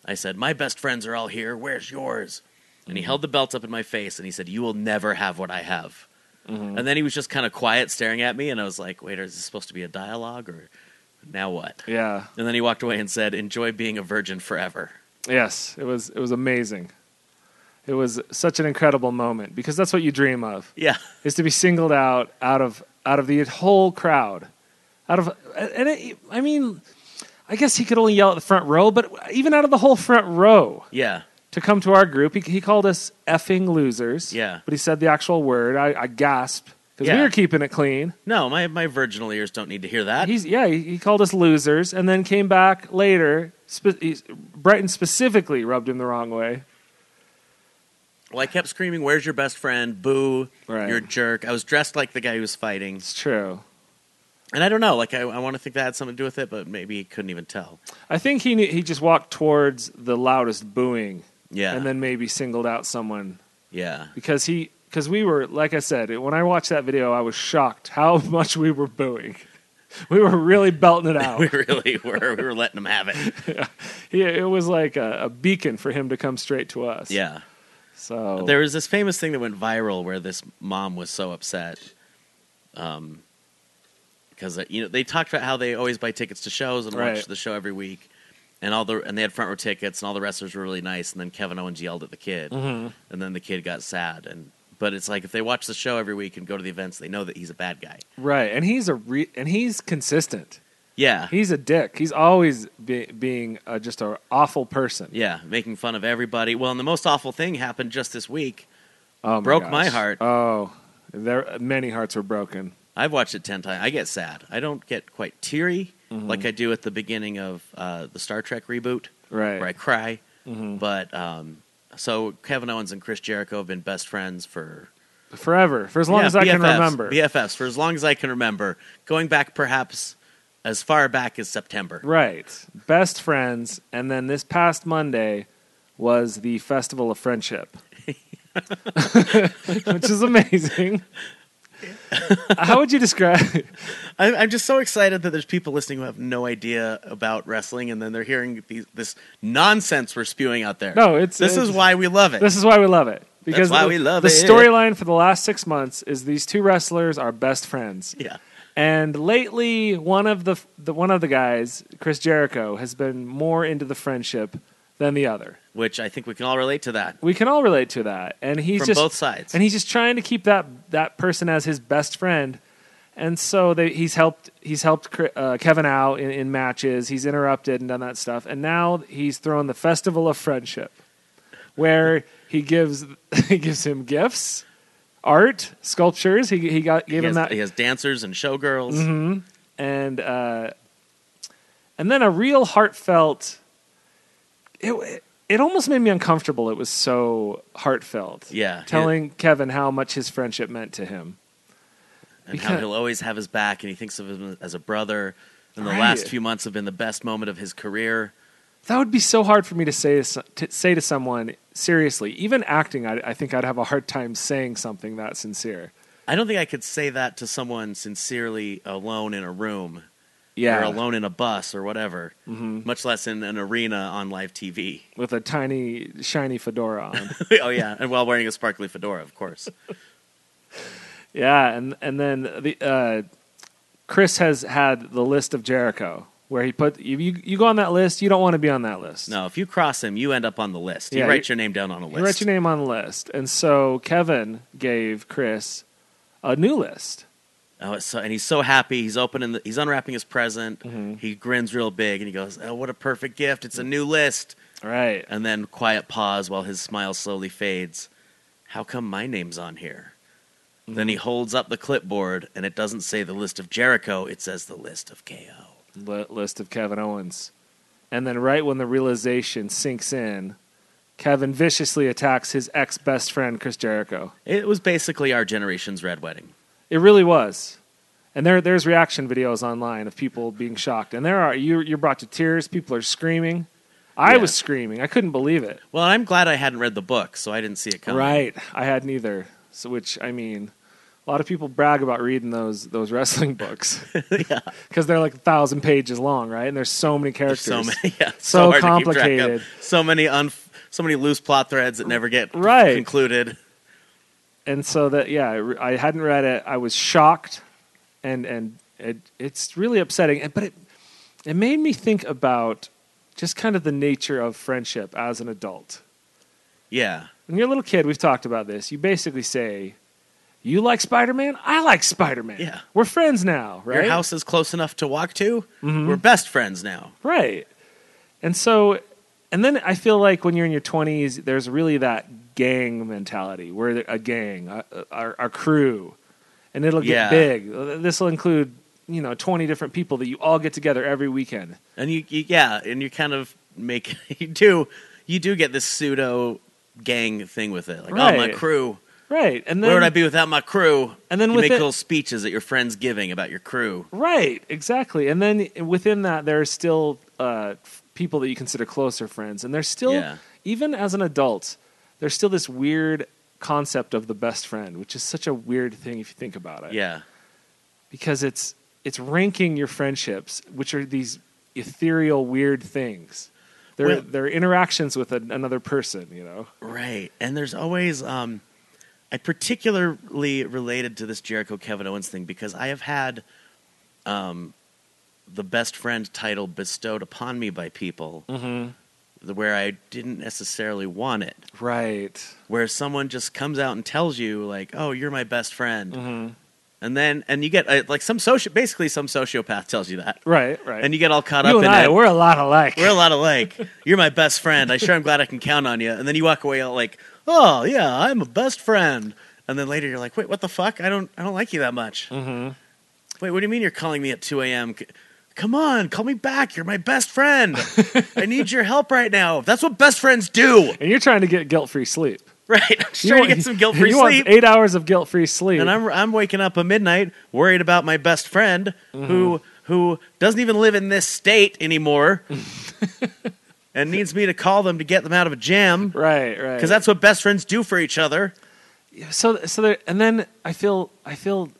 [SPEAKER 8] "I said my best friends are all here. Where's yours?" And he held the belt up in my face, and he said, "You will never have what I have." And then he was just kind of quiet, staring at me, and I was like, "Wait, is this supposed to be a dialogue, or now what?"
[SPEAKER 9] Yeah.
[SPEAKER 8] And then he walked away and said, "Enjoy being a virgin forever."
[SPEAKER 9] Yes. It was it was amazing. It was such an incredible moment because that's what you dream of.
[SPEAKER 8] Yeah,
[SPEAKER 9] is to be singled out out of out of the whole crowd, out of and it, I mean, I guess he could only yell at the front row, but even out of the whole front row
[SPEAKER 8] yeah,
[SPEAKER 9] to come to our group, he, he called us effing losers.
[SPEAKER 8] Yeah.
[SPEAKER 9] but he said the actual word. I, I gasped because
[SPEAKER 8] Yeah.
[SPEAKER 9] we were keeping it clean.
[SPEAKER 8] no, my my virginal ears don't need to hear that.
[SPEAKER 9] He's yeah, he, he called us losers, and then came back later. Spe- he's, Brighton specifically rubbed him the wrong way.
[SPEAKER 8] Well, I kept screaming, "Where's your best friend? Boo!
[SPEAKER 9] Right.
[SPEAKER 8] You're a jerk!" I was dressed like the guy who was fighting,
[SPEAKER 9] It's true.
[SPEAKER 8] and I don't know. Like, I, I want to think that had something to do with it, but maybe he couldn't even tell.
[SPEAKER 9] I think he knew, he just walked towards the loudest booing,
[SPEAKER 8] Yeah,
[SPEAKER 9] and then maybe singled out someone
[SPEAKER 8] yeah, <laughs>
[SPEAKER 9] because he because we were like I said when I watched that video I was shocked how <laughs> much we were booing. We were really belting it out.
[SPEAKER 8] we <laughs> really were. We were letting him have it.
[SPEAKER 9] He- it was like a, a beacon for him to come straight to us.
[SPEAKER 8] Yeah.
[SPEAKER 9] So
[SPEAKER 8] There was this famous thing that went viral where this mom was so upset, um, because you know they talked about how they always buy tickets to shows and watch
[SPEAKER 9] Right.
[SPEAKER 8] the show every week, and all the and they had front row tickets and all the wrestlers were really nice, and then Kevin Owens yelled at the kid, and then the kid got sad, and but it's like if they watch the show every week and go to the events, they know that he's a bad guy.
[SPEAKER 9] right, and he's a re- and he's consistent.
[SPEAKER 8] Yeah,
[SPEAKER 9] He's a dick. He's always be- being uh, just an awful person.
[SPEAKER 8] yeah, making fun of everybody. Well, and the most awful thing happened just this week.
[SPEAKER 9] Oh my
[SPEAKER 8] broke my
[SPEAKER 9] gosh.
[SPEAKER 8] heart.
[SPEAKER 9] Oh, there many hearts were broken.
[SPEAKER 8] I've watched it ten times. I get sad. I don't get quite teary
[SPEAKER 9] Mm-hmm.
[SPEAKER 8] like I do at the beginning of uh, the Star Trek reboot,
[SPEAKER 9] Right. Mm-hmm.
[SPEAKER 8] where I cry. But um, so Kevin Owens and Chris Jericho have been best friends for
[SPEAKER 9] Forever, for as long
[SPEAKER 8] Yeah,
[SPEAKER 9] as I can
[SPEAKER 8] BFFs,
[SPEAKER 9] remember.
[SPEAKER 8] BFFs for as long as I can remember, going back perhaps as far back as September.
[SPEAKER 9] Right. Best friends. And then this past Monday was the <laughs> Festival of Friendship, which is amazing. How would you describe? <laughs>
[SPEAKER 8] I'm, I'm just so excited that there's people listening who have no idea about wrestling, and then they're hearing these, this nonsense we're spewing out there.
[SPEAKER 9] No, it's-
[SPEAKER 8] this
[SPEAKER 9] it's-
[SPEAKER 8] is why we love it.
[SPEAKER 9] This is why we love it. Because
[SPEAKER 8] why
[SPEAKER 9] the,
[SPEAKER 8] we love
[SPEAKER 9] the
[SPEAKER 8] it.
[SPEAKER 9] storyline for the last six months is these two wrestlers are best friends.
[SPEAKER 8] yeah,
[SPEAKER 9] And lately, one of the, the one of the guys, Chris Jericho, has been more into the friendship than the other.
[SPEAKER 8] which I think we can all relate to that.
[SPEAKER 9] We can all relate to that. And he's
[SPEAKER 8] From
[SPEAKER 9] just
[SPEAKER 8] both sides.
[SPEAKER 9] and he's just trying to keep that that person as his best friend. And so they, he's helped he's helped Cri- uh, Kevin out in, in matches. He's interrupted and done that stuff. And now he's thrown the festival of friendship, where he gives <laughs> he gives him gifts, art, sculptures. He he got gave
[SPEAKER 8] he, has,
[SPEAKER 9] him that Mm-hmm.
[SPEAKER 8] he has dancers and showgirls.
[SPEAKER 9] and uh, and then a real heartfelt. It it almost made me uncomfortable. It was so heartfelt.
[SPEAKER 8] Yeah.
[SPEAKER 9] telling Kevin how much his friendship meant to him.
[SPEAKER 8] and how
[SPEAKER 9] Because-
[SPEAKER 8] he'll always have his back, and he thinks of him as a brother. And the
[SPEAKER 9] Right.
[SPEAKER 8] last few months have been the best moment of his career.
[SPEAKER 9] That would be so hard for me to say to, s- to say to someone seriously. Even acting, I, I think I'd have a hard time saying something that sincere.
[SPEAKER 8] I don't think I could say that to someone sincerely alone in a room
[SPEAKER 9] Yeah,
[SPEAKER 8] or
[SPEAKER 9] Mm-hmm.
[SPEAKER 8] alone in a bus or whatever, much less in an arena on live TV.
[SPEAKER 9] with a tiny shiny fedora on.
[SPEAKER 8] <laughs> oh, yeah. And while wearing a sparkly fedora, of course.
[SPEAKER 9] Yeah, and and then the uh, Chris has had the list of Jericho where he put you, you. You go on that list. You don't want to be on that list.
[SPEAKER 8] No, if you cross him, you end up on the list.
[SPEAKER 9] Yeah,
[SPEAKER 8] you write
[SPEAKER 9] you-
[SPEAKER 8] your name down on a
[SPEAKER 9] you write
[SPEAKER 8] list.
[SPEAKER 9] your name on the list, and so Kevin gave Chris a new list.
[SPEAKER 8] Oh, it's so, and he's so happy. He's opening, the, he's unwrapping his present.
[SPEAKER 9] Mm-hmm.
[SPEAKER 8] He grins real big and he goes, Oh, what a perfect gift. It's a new list.
[SPEAKER 9] Right.
[SPEAKER 8] And then quiet pause while his smile slowly fades. How come my name's on here? Then he
[SPEAKER 9] Mm-hmm.
[SPEAKER 8] holds up the clipboard and it doesn't say the list of Jericho, it says the list of KO.
[SPEAKER 9] Li- list of Kevin Owens, and then right when the realization sinks in, Kevin viciously attacks his ex best friend Chris Jericho.
[SPEAKER 8] It was basically our generation's red wedding.
[SPEAKER 9] It really was. And there, there's reaction videos online of people being shocked. And there are you, you're brought to tears. People are screaming. I
[SPEAKER 8] Yeah.
[SPEAKER 9] was screaming. I couldn't believe it.
[SPEAKER 8] Well, I'm glad I hadn't read the book, so I didn't see it coming.
[SPEAKER 9] Right. I had neither. So, which I mean, a lot of people brag about reading those those wrestling
[SPEAKER 8] <laughs>
[SPEAKER 9] books <laughs> because they're like a thousand pages long, right? And there's so many characters.
[SPEAKER 8] So many, <laughs> yeah,
[SPEAKER 9] So
[SPEAKER 8] hard to keep track of.
[SPEAKER 9] complicated.
[SPEAKER 8] So many un, so many loose plot threads that never get
[SPEAKER 9] Right.
[SPEAKER 8] concluded.
[SPEAKER 9] and so that yeah, I re- I hadn't read it. I was shocked, and and it, it's really upsetting. And- But it it made me think about just kind of the nature of friendship as an adult.
[SPEAKER 8] Yeah,
[SPEAKER 9] When you're a little kid, we've talked about this. You basically say, "You like Spider Man? I like Spider Man.
[SPEAKER 8] Yeah.
[SPEAKER 9] we're friends now, right? Mm-hmm.
[SPEAKER 8] your house is close enough to walk to. We're best friends now.
[SPEAKER 9] right?" And so, and then I feel like when you're in your 20s, there's really that gang mentality. We're a gang, a- a- our, our crew, and it'll get
[SPEAKER 8] Yeah.
[SPEAKER 9] big. This will include you know 20 different people that you all get together every weekend.
[SPEAKER 8] And you, you yeah, and you kind of make <laughs> you do you do get this pseudo gang thing with it. Like, oh, my
[SPEAKER 9] Right.
[SPEAKER 8] crew.
[SPEAKER 9] Right, and then
[SPEAKER 8] Where would I be without my crew?
[SPEAKER 9] And then
[SPEAKER 8] you
[SPEAKER 9] with
[SPEAKER 8] make
[SPEAKER 9] it-
[SPEAKER 8] little speeches at your friends' giving about your crew.
[SPEAKER 9] Right, exactly. And then within that, there are still uh, f- people that you consider closer friends, and there's still,
[SPEAKER 8] Yeah.
[SPEAKER 9] even as an adult, there's still this weird concept of the best friend, which is such a weird thing if you think about it.
[SPEAKER 8] Yeah,
[SPEAKER 9] because it's it's ranking your friendships, which are these ethereal, weird things. They're
[SPEAKER 8] Well-
[SPEAKER 9] they're interactions with an another person, you know.
[SPEAKER 8] right. And there's always um, I particularly related to this Jericho Kevin Owens thing because I have had um, the best friend title bestowed upon me by people the- where I didn't necessarily want it.
[SPEAKER 9] Right.
[SPEAKER 8] where someone just comes out and tells you like, "Oh, you're my best friend,"
[SPEAKER 9] Mm-hmm.
[SPEAKER 8] and then and you get uh, like some soci basically some sociopath tells you that,
[SPEAKER 9] Right. Right.
[SPEAKER 8] and you get all caught
[SPEAKER 9] You
[SPEAKER 8] up
[SPEAKER 9] and
[SPEAKER 8] in
[SPEAKER 9] I,
[SPEAKER 8] it.
[SPEAKER 9] we're a lot alike.
[SPEAKER 8] We're a lot
[SPEAKER 9] <laughs>
[SPEAKER 8] alike. You're my best friend. I sure am glad I can count on you. And then you walk away all like, "Oh yeah, I'm a best friend." And then later you're like, "Wait, what the fuck? I don't I don't like you that much." Mm-hmm. Wait, what do you mean you're calling me at 2 a.m.? C- Come on, call me back. You're my best
[SPEAKER 9] <laughs>
[SPEAKER 8] friend. I need your help right now. That's what best friends do,
[SPEAKER 9] and you're trying to get guilt-free sleep.
[SPEAKER 8] right? <laughs> I'm just trying to
[SPEAKER 9] want-
[SPEAKER 8] get some guilt-free
[SPEAKER 9] <laughs> you
[SPEAKER 8] sleep.
[SPEAKER 9] want eight hours of guilt-free sleep.
[SPEAKER 8] and I'm I'm waking up at midnight worried about my best friend who who doesn't even live in this state <laughs> anymore and needs me to call them to get them out of a jam
[SPEAKER 9] right, right.
[SPEAKER 8] because that's what best friends do for each other.
[SPEAKER 9] so so there, and then I feel I feel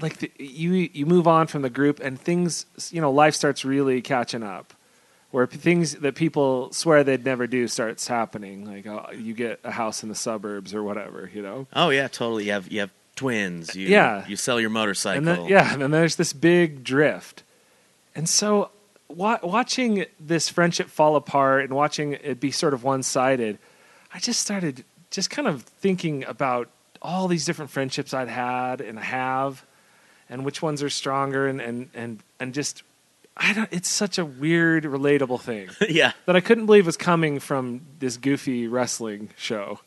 [SPEAKER 9] like the, you you move on from the group and things you know life starts really catching up where p- things that people swear they'd never do starts happening like uh, you get a house in the suburbs or whatever you know
[SPEAKER 8] Oh yeah, totally. You have you have twins. You,
[SPEAKER 9] Yeah.
[SPEAKER 8] You sell your motorcycle.
[SPEAKER 9] and then yeah and then there's this big drift and so wa- watching this friendship fall apart and watching it be sort of one-sided i just started just kind of thinking about all these different friendships i'd had and have and which ones are stronger and and and, and just i don't it's such a weird
[SPEAKER 8] <laughs>
[SPEAKER 9] relatable thing
[SPEAKER 8] <laughs> yeah.
[SPEAKER 9] that i couldn't believe was coming from this goofy wrestling show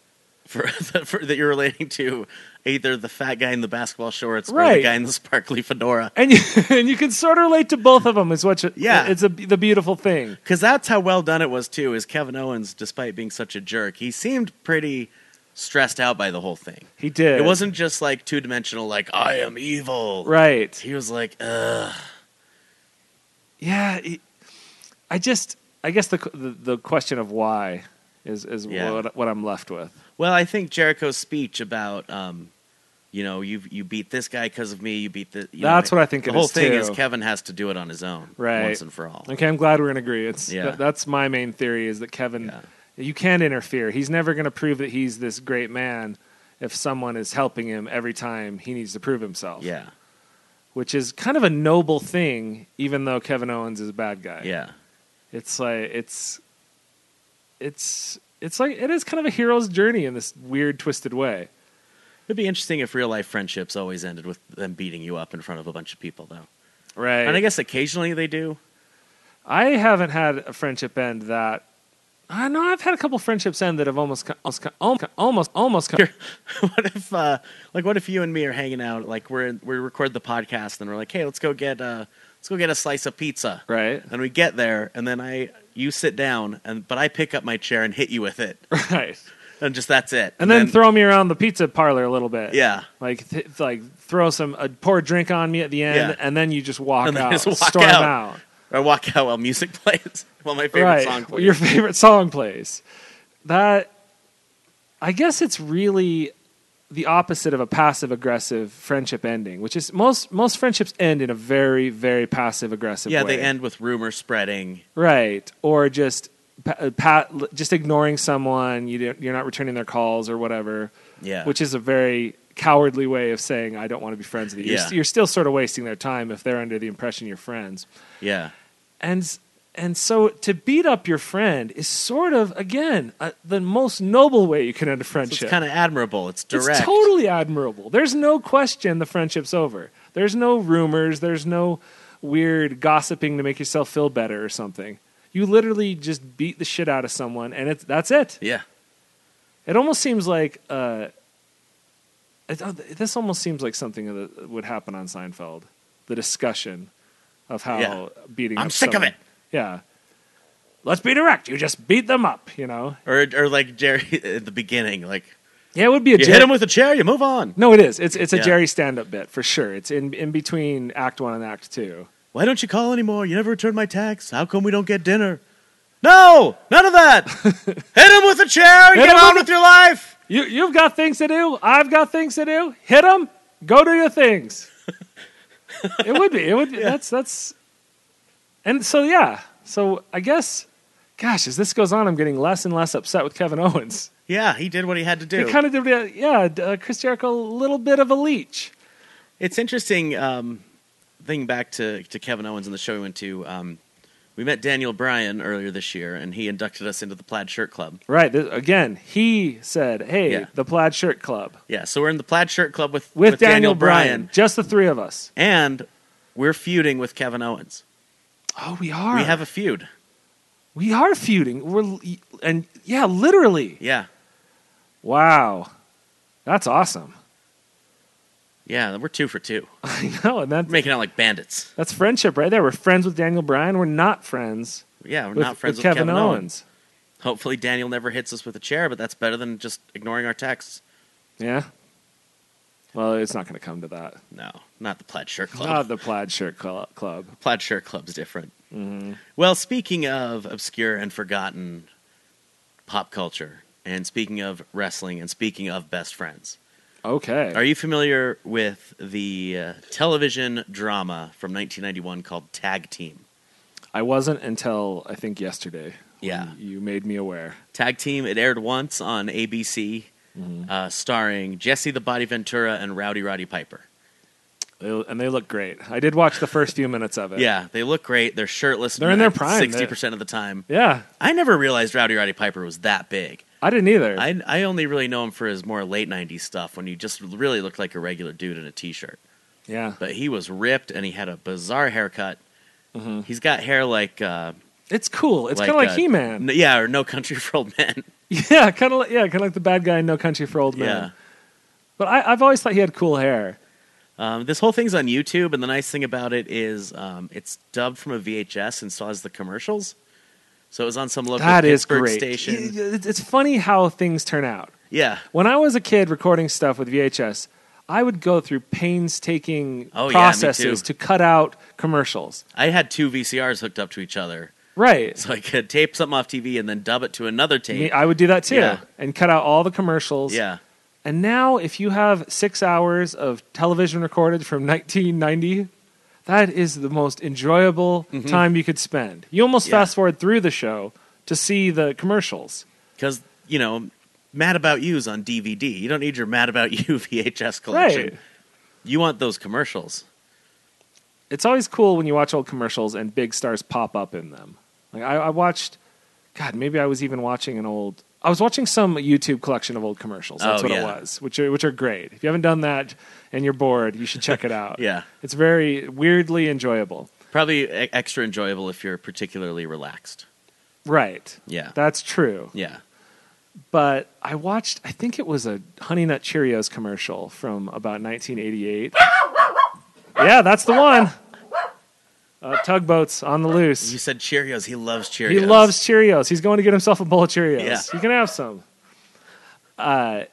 [SPEAKER 8] For, <laughs> for that you're relating to either the fat guy in the basketball shorts or the
[SPEAKER 9] Right.
[SPEAKER 8] guy in the sparkly fedora.
[SPEAKER 9] and you, <laughs> and you can sort of relate to both of them is what you-
[SPEAKER 8] Yeah.
[SPEAKER 9] it's a, the beautiful thing
[SPEAKER 8] Because that's how well done it was too. Is Kevin Owens, despite being such a jerk, he seemed pretty stressed out by the whole thing.
[SPEAKER 9] He did.
[SPEAKER 8] It wasn't just like two dimensional, like I am evil.
[SPEAKER 9] right.
[SPEAKER 8] He was like, "Uh." ugh.
[SPEAKER 9] Yeah, it- I just I guess the the, the question of why is is
[SPEAKER 8] Yeah.
[SPEAKER 9] what, what I'm left with.
[SPEAKER 8] Well, I think Jericho's speech about, um, you know, you you beat this guy because of me. You beat the. you know,
[SPEAKER 9] That's what I think
[SPEAKER 8] The
[SPEAKER 9] it
[SPEAKER 8] whole
[SPEAKER 9] is,
[SPEAKER 8] thing
[SPEAKER 9] too.
[SPEAKER 8] is Kevin has to do it on his own,
[SPEAKER 9] Right.
[SPEAKER 8] once and for all.
[SPEAKER 9] Okay, I'm glad we're in agreement.
[SPEAKER 8] Yeah.
[SPEAKER 9] Yeah. that's my main theory is that Kevin
[SPEAKER 8] Yeah.
[SPEAKER 9] you can't interfere. He's never going to prove that he's this great man if someone is helping him every time he needs to prove himself.
[SPEAKER 8] Yeah,
[SPEAKER 9] Which is kind of a noble thing even though Kevin Owens is a bad guy.
[SPEAKER 8] yeah,
[SPEAKER 9] It's like it's it's it's like it is kind of a hero's journey in this weird twisted way.
[SPEAKER 8] it'd be interesting if real life friendships always ended with them beating you up in front of a bunch of people, though.
[SPEAKER 9] Right.
[SPEAKER 8] And I guess occasionally they do. <laughs>
[SPEAKER 9] I haven't had a friendship end that. I know I've had a couple friendships end that have almost co- almost co- almost co- almost almost. co- <laughs>
[SPEAKER 8] what if uh like what if you and me are hanging out like we're in, we record the podcast and we're like hey let's go get uh let's go get a slice of pizza
[SPEAKER 9] Right.
[SPEAKER 8] and we get there and then i you sit down and but i pick up my chair and hit you with
[SPEAKER 9] <laughs>
[SPEAKER 8] it
[SPEAKER 9] <laughs> Right.
[SPEAKER 8] and just that's it
[SPEAKER 9] And then throw me around the pizza parlor a little bit.
[SPEAKER 8] yeah
[SPEAKER 9] Like th- like throw some uh, pour a drink on me at the end
[SPEAKER 8] Yeah.
[SPEAKER 9] and then you just walk
[SPEAKER 8] And then
[SPEAKER 9] out.
[SPEAKER 8] just walk
[SPEAKER 9] storm
[SPEAKER 8] out.
[SPEAKER 9] out.
[SPEAKER 8] i walk out while music <laughs> plays while my favorite
[SPEAKER 9] right.
[SPEAKER 8] song plays
[SPEAKER 9] Your favorite song plays. That I guess it's really the opposite of a passive aggressive friendship ending, which is most most friendships end in a very very passive
[SPEAKER 8] <laughs>
[SPEAKER 9] aggressive
[SPEAKER 8] yeah
[SPEAKER 9] way.
[SPEAKER 8] they end with rumor spreading
[SPEAKER 9] right or just pa- uh, pa- l- just ignoring someone you don't, you're not returning their calls or whatever
[SPEAKER 8] yeah
[SPEAKER 9] which is a very cowardly way of saying i don't want to be friends with you you're,
[SPEAKER 8] Yeah.
[SPEAKER 9] st- you're still sort of wasting their time if they're under the impression you're friends
[SPEAKER 8] yeah
[SPEAKER 9] and s- and so to beat up your friend is sort of again uh, the most noble way you can end a
[SPEAKER 8] So
[SPEAKER 9] friendship
[SPEAKER 8] it's kind of admirable it's
[SPEAKER 9] It's
[SPEAKER 8] direct
[SPEAKER 9] totally admirable there's no question the friendship's over there's no rumors there's no weird gossiping to make yourself feel better or something you literally just beat the shit out of someone and it's that's it
[SPEAKER 8] yeah
[SPEAKER 9] it almost seems like uh it, oh, th- this almost seems like something that would happen on Seinfeld the discussion of how
[SPEAKER 8] Yeah.
[SPEAKER 9] beating
[SPEAKER 8] I'm
[SPEAKER 9] up
[SPEAKER 8] sick of
[SPEAKER 9] someone-
[SPEAKER 8] it.
[SPEAKER 9] yeah let's be direct you just beat them up you know
[SPEAKER 8] or or like jerry <laughs> at the beginning like
[SPEAKER 9] yeah it would be a
[SPEAKER 8] you
[SPEAKER 9] Jer-
[SPEAKER 8] hit him with a chair you move on
[SPEAKER 9] no it is it's it's a
[SPEAKER 8] Yeah.
[SPEAKER 9] Jerry stand up bit for sure it's in in between act 1 and act 2
[SPEAKER 8] Why don't you call anymore? You never return my text. How come we don't get dinner? No, none of that.
[SPEAKER 9] <laughs>
[SPEAKER 8] Hit him with a chair. and
[SPEAKER 9] Hit
[SPEAKER 8] Get
[SPEAKER 9] him
[SPEAKER 8] on
[SPEAKER 9] with
[SPEAKER 8] with your life.
[SPEAKER 9] you you've got things to do i've got things to do hit them go do your <laughs> things it would be it would be that's that's and so yeah so i guess gosh as this goes on i'm getting less and less upset with kevin <laughs> owens
[SPEAKER 8] Yeah, he did what he had to do.
[SPEAKER 9] it kind of did uh, yeah uh, chris jericho a little bit of a leech
[SPEAKER 8] it's interesting. Um, thinking back to, to Kevin Owens and the show we went to, um, we met Daniel Bryan earlier this year, and he inducted us into the Plaid Shirt Club.
[SPEAKER 9] right th- again he said hey
[SPEAKER 8] Yeah.
[SPEAKER 9] the plaid shirt club
[SPEAKER 8] Yeah, so we're in the Plaid Shirt Club with
[SPEAKER 9] with,
[SPEAKER 8] with
[SPEAKER 9] daniel,
[SPEAKER 8] Bryan,
[SPEAKER 9] bryan just the three of us
[SPEAKER 8] and we're feuding with Kevin Owens.
[SPEAKER 9] oh we are
[SPEAKER 8] We have a feud.
[SPEAKER 9] we are feuding we're l- and yeah literally
[SPEAKER 8] Yeah,
[SPEAKER 9] Wow. That's awesome. <laughs>
[SPEAKER 8] yeah, we're two for two.
[SPEAKER 9] I know, and
[SPEAKER 8] We're
[SPEAKER 9] that's
[SPEAKER 8] making out like bandits.
[SPEAKER 9] that's friendship right there. We're friends with Daniel Bryan. We're not friends
[SPEAKER 8] Yeah, we're
[SPEAKER 9] with,
[SPEAKER 8] not friends
[SPEAKER 9] with
[SPEAKER 8] with,
[SPEAKER 9] Kevin, Owens.
[SPEAKER 8] Hopefully, Daniel never hits us with a chair, but that's better than just ignoring our texts.
[SPEAKER 9] Yeah. Well, it's not going to come to that.
[SPEAKER 8] No, not the plaid shirt club.
[SPEAKER 9] Not the plaid shirt cl- club.
[SPEAKER 8] plaid shirt club's different.
[SPEAKER 9] Mm-hmm.
[SPEAKER 8] Well, speaking of obscure and forgotten pop culture, and speaking of wrestling, and speaking of best friends,
[SPEAKER 9] Okay.
[SPEAKER 8] Are you familiar with the uh, television drama from 1991 called Tag Team?
[SPEAKER 9] I wasn't until I think yesterday. when
[SPEAKER 8] Yeah.
[SPEAKER 9] You made me aware.
[SPEAKER 8] Tag Team. It aired once on ABC,
[SPEAKER 9] Mm-hmm.
[SPEAKER 8] uh, starring Jesse the Body Ventura and Rowdy Roddy Piper.
[SPEAKER 9] They, and they look great. I did watch the first few minutes of it.
[SPEAKER 8] Yeah, they look great. They're shirtless.
[SPEAKER 9] Uh, They're in their prime.
[SPEAKER 8] Sixty percent of the time.
[SPEAKER 9] Yeah.
[SPEAKER 8] I never realized Rowdy Roddy Piper was that big.
[SPEAKER 9] I didn't either.
[SPEAKER 8] I I only really know him for his more late '90s stuff when he just really looked like a regular dude in a t-shirt.
[SPEAKER 9] yeah.
[SPEAKER 8] But he was ripped and he had a bizarre haircut. He's got hair like uh,
[SPEAKER 9] It's cool. Mm-hmm. It's kind of like
[SPEAKER 8] uh,
[SPEAKER 9] He Man.
[SPEAKER 8] n- yeah, or No Country <laughs> for Old Men.
[SPEAKER 9] <laughs> yeah. Kind of like, yeah, kind of like the bad guy in No Country for Old Men.
[SPEAKER 8] yeah.
[SPEAKER 9] But I, I've always thought he had cool hair.
[SPEAKER 8] Um, this whole thing's on YouTube, and the nice thing about it is um, it's dubbed from a VHS and still has the commercials. So it was on some local
[SPEAKER 9] That is
[SPEAKER 8] Pittsburgh
[SPEAKER 9] great.
[SPEAKER 8] station.
[SPEAKER 9] <laughs> Y- y- It's funny how things turn out.
[SPEAKER 8] Yeah,
[SPEAKER 9] When I was a kid recording stuff with VHS, I would go through painstaking
[SPEAKER 8] Oh, yeah, me
[SPEAKER 9] processes
[SPEAKER 8] too.
[SPEAKER 9] to cut out commercials.
[SPEAKER 8] I had two VCRs hooked up to each other,
[SPEAKER 9] Right.
[SPEAKER 8] so I could tape something off TV and then dub it to another
[SPEAKER 9] I
[SPEAKER 8] tape.
[SPEAKER 9] mean, I would do that too
[SPEAKER 8] Yeah.
[SPEAKER 9] and cut out all the commercials.
[SPEAKER 8] yeah,
[SPEAKER 9] And now, if you have six hours of television recorded from <laughs> 1990, that is the most enjoyable time you could spend. You almost
[SPEAKER 8] Mm-hmm. Yeah.
[SPEAKER 9] fast forward through the show to see the commercials.
[SPEAKER 8] because you know, Mad About You's on DVD. You don't need your Mad About <laughs> You VHS collection.
[SPEAKER 9] Right.
[SPEAKER 8] You want those commercials.
[SPEAKER 9] it's always cool when you watch old commercials and big stars pop up in them. Like I, I watched, God, maybe I was even watching an old. I was watching some YouTube collection of old commercials. That's
[SPEAKER 8] Oh,
[SPEAKER 9] what it
[SPEAKER 8] yeah.
[SPEAKER 9] was, which are which are great. If you haven't done that and you're bored, you should check it out.
[SPEAKER 8] <laughs> Yeah.
[SPEAKER 9] it's very weirdly enjoyable.
[SPEAKER 8] Probably e- extra enjoyable if you're particularly relaxed.
[SPEAKER 9] Right.
[SPEAKER 8] Yeah.
[SPEAKER 9] That's true.
[SPEAKER 8] Yeah.
[SPEAKER 9] But I watched. I think it was a Honey Nut Cheerios commercial from about 1988. yeah, that's the one. Uh, tugboats on the loose.
[SPEAKER 8] You said Cheerios. He loves Cheerios.
[SPEAKER 9] He loves Cheerios. He's going to get himself a bowl of Cheerios.
[SPEAKER 8] Yeah.
[SPEAKER 9] You can have some. Uh,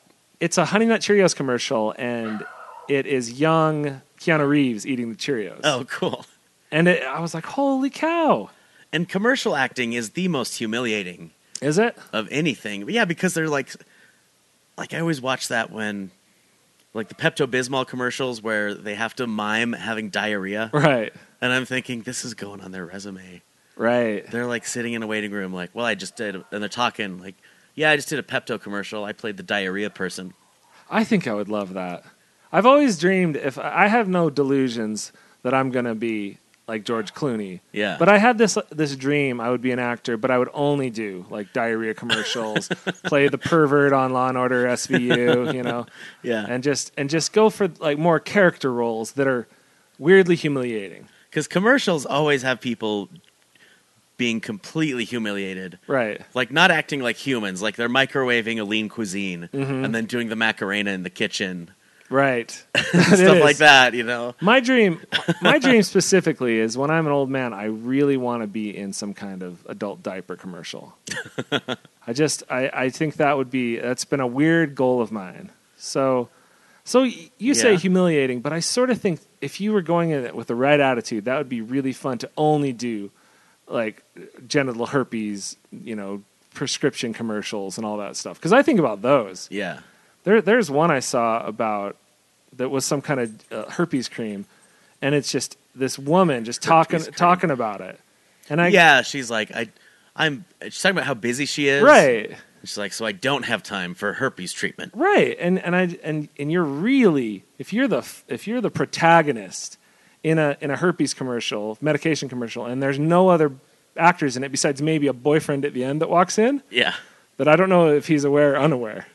[SPEAKER 9] it's a Honey Nut Cheerios commercial, and it is young Keanu Reeves eating the Cheerios.
[SPEAKER 8] Oh, cool.
[SPEAKER 9] And it, I was like, holy cow.
[SPEAKER 8] And commercial acting is the most humiliating
[SPEAKER 9] Is it?
[SPEAKER 8] of anything. But yeah, because they're like, like I always watch that when, like the Pepto Bismol commercials where they have to mime having diarrhea,
[SPEAKER 9] Right.
[SPEAKER 8] and I'm thinking this is going on their resume.
[SPEAKER 9] Right.
[SPEAKER 8] They're like sitting in a waiting room, like, well, I just did, and they're talking like, yeah, I just did a Pepto commercial. I played the diarrhea person.
[SPEAKER 9] I think I would love that. I've always dreamed if I have no delusions that I'm going to be like George Clooney.
[SPEAKER 8] Yeah.
[SPEAKER 9] But I had this this dream I would be an actor, but I would only do like diarrhea
[SPEAKER 8] <laughs>
[SPEAKER 9] commercials, play the pervert on Law and Order SVU, you know,
[SPEAKER 8] <laughs> Yeah,
[SPEAKER 9] and just and just go for like more character roles that are weirdly humiliating.
[SPEAKER 8] because commercials always have people being completely humiliated
[SPEAKER 9] Right.
[SPEAKER 8] like not acting like humans like they're microwaving a lean cuisine
[SPEAKER 9] Mm-hmm.
[SPEAKER 8] and then doing the macarena in the kitchen
[SPEAKER 9] Right.
[SPEAKER 8] <laughs> stuff like that you know
[SPEAKER 9] My dream, my dream specifically is when I'm an old man, I really want to be in some kind of adult diaper commercial. I just, I, I think that would be that's been a weird goal of mine. So, so y- you say
[SPEAKER 8] Yeah.
[SPEAKER 9] humiliating, but I sort of think if you were going in it with the right attitude, that would be really fun to only do like genital herpes, you know, prescription commercials and all that stuff. Because I think about those.
[SPEAKER 8] yeah
[SPEAKER 9] There, there's one I saw about that was some kind of uh, herpes cream, and it's just this woman just talking
[SPEAKER 8] cream.
[SPEAKER 9] talking about it, and I
[SPEAKER 8] yeah she's like i i'm she's talking about how busy she is
[SPEAKER 9] right
[SPEAKER 8] she's like so i don't have time for herpes treatment
[SPEAKER 9] right and and I and and you're really if you're the f- if you're the protagonist in a in a herpes commercial medication commercial, and there's no other actors in it besides maybe a boyfriend at the end that walks in
[SPEAKER 8] yeah
[SPEAKER 9] that I don't know if he's aware or unaware.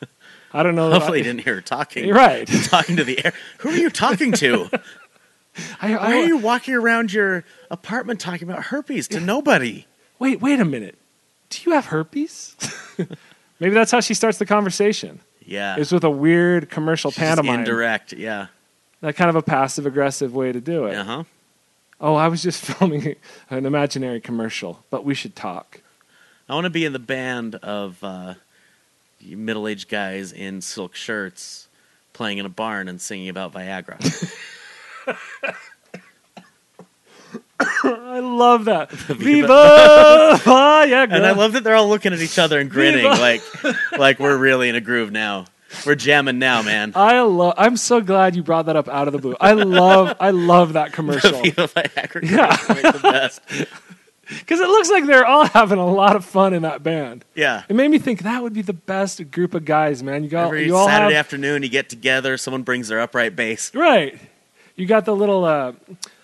[SPEAKER 9] I don't know. if
[SPEAKER 8] <laughs> hopefully
[SPEAKER 9] I,
[SPEAKER 8] you didn't hear her talking
[SPEAKER 9] <laughs> Right.
[SPEAKER 8] <laughs> talking to the air who are you talking
[SPEAKER 9] <laughs>
[SPEAKER 8] to
[SPEAKER 9] I, I,
[SPEAKER 8] why are you walking around your apartment talking about herpes to nobody
[SPEAKER 9] wait, wait a minute. Do you have herpes? <laughs> Maybe that's how she starts the conversation.
[SPEAKER 8] yeah
[SPEAKER 9] It's with a weird commercial
[SPEAKER 8] She's just
[SPEAKER 9] pantomime.
[SPEAKER 8] indirect yeah
[SPEAKER 9] That kind of a passive aggressive way to do it.
[SPEAKER 8] uh-huh
[SPEAKER 9] Oh, I was just <laughs> filming an imaginary commercial, but we should talk.
[SPEAKER 8] I want to be in the band of uh, middle aged guys in silk shirts playing in a barn and singing about <laughs> Viagra.
[SPEAKER 9] I
[SPEAKER 8] <laughs>
[SPEAKER 9] love that. Viva <laughs> Viagra.
[SPEAKER 8] <laughs> and I love that they're all looking at each other and grinning
[SPEAKER 9] Viva!
[SPEAKER 8] like like we're really in a groove now. We're jamming now, <laughs> man.
[SPEAKER 9] I love. I'm so glad you brought that up out of the blue. I love. I love
[SPEAKER 8] <laughs>
[SPEAKER 9] that commercial <laughs>
[SPEAKER 8] Feel like agriculture is the best.
[SPEAKER 9] because it looks like they're all having a lot of fun in that band.
[SPEAKER 8] Yeah.
[SPEAKER 9] It made me think that would be the best group of guys, man. You got
[SPEAKER 8] Every
[SPEAKER 9] you all
[SPEAKER 8] Saturday
[SPEAKER 9] have,
[SPEAKER 8] afternoon, you get together. Someone brings their upright bass.
[SPEAKER 9] Right. You got the little. Uh,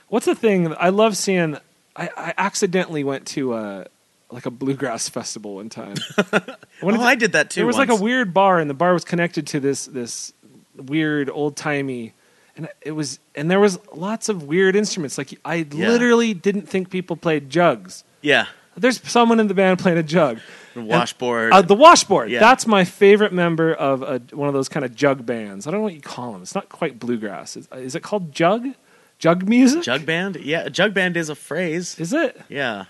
[SPEAKER 9] what's the thing? I love seeing. I, I accidentally went to uh, like a bluegrass festival one time. What
[SPEAKER 8] <laughs> oh,
[SPEAKER 9] is it?
[SPEAKER 8] I did that too.
[SPEAKER 9] There was like
[SPEAKER 8] once.
[SPEAKER 9] a weird bar, and the bar was connected to this this weird old timey, and it was and there was lots of weird instruments. Like I literally didn't think people played jugs.
[SPEAKER 8] yeah,
[SPEAKER 9] There's someone in the band playing a jug.
[SPEAKER 8] the washboard.
[SPEAKER 9] Uh, the washboard.
[SPEAKER 8] Yeah.
[SPEAKER 9] That's my favorite member of a, one of those kind of jug bands. I don't know what you call them. It's not quite bluegrass. Is, is it called jug? Jug music?
[SPEAKER 8] jug band. Yeah, jug band is a phrase.
[SPEAKER 9] Is it?
[SPEAKER 8] Yeah,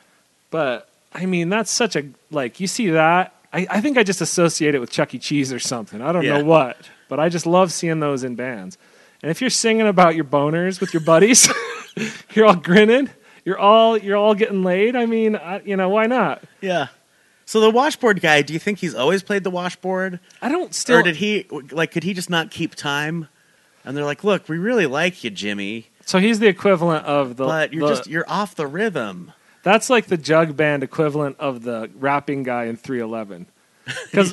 [SPEAKER 9] But I mean, that's such a like. You see that? I, I think I just associate it with Chuck E. Cheese or something. I don't
[SPEAKER 8] Yeah.
[SPEAKER 9] know what, but I just love seeing those in bands. And if you're singing about your boners with your buddies, <laughs> you're all grinning. You're all you're all getting laid. I mean, I, you know why not?
[SPEAKER 8] yeah. So the washboard guy. Do you think he's always played the washboard,
[SPEAKER 9] I don't still.
[SPEAKER 8] or did he like? Could he just not keep time? And they're like, "Look, we really like you, Jimmy,
[SPEAKER 9] so he's the equivalent of the.
[SPEAKER 8] but you're
[SPEAKER 9] the-
[SPEAKER 8] just you're off the rhythm."
[SPEAKER 9] That's like the jug band equivalent of the rapping guy in 311. Because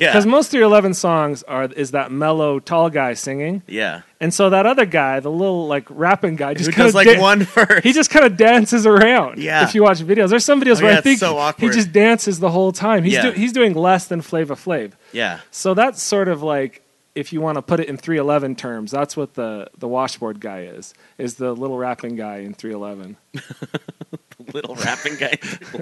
[SPEAKER 8] <laughs> Yeah.
[SPEAKER 9] most 311 songs are is that mellow tall guy singing,
[SPEAKER 8] Yeah,
[SPEAKER 9] and so that other guy, the little like rapping guy, just
[SPEAKER 8] who
[SPEAKER 9] kinda
[SPEAKER 8] does like
[SPEAKER 9] dan-
[SPEAKER 8] one <laughs> verse?
[SPEAKER 9] He just kind of dances around.
[SPEAKER 8] Yeah.
[SPEAKER 9] If you watch videos, there's somebody else
[SPEAKER 8] Oh,
[SPEAKER 9] where
[SPEAKER 8] yeah,
[SPEAKER 9] I
[SPEAKER 8] it's
[SPEAKER 9] think
[SPEAKER 8] so
[SPEAKER 9] he
[SPEAKER 8] awkward.
[SPEAKER 9] just dances the whole time. He's
[SPEAKER 8] Yeah.
[SPEAKER 9] do- he's doing less than Flava Flav.
[SPEAKER 8] yeah,
[SPEAKER 9] So that's sort of like if you want to put it in 311 terms, that's what the the washboard guy is. Is the little rapping guy in 311.
[SPEAKER 8] little rapping guy.
[SPEAKER 9] <laughs>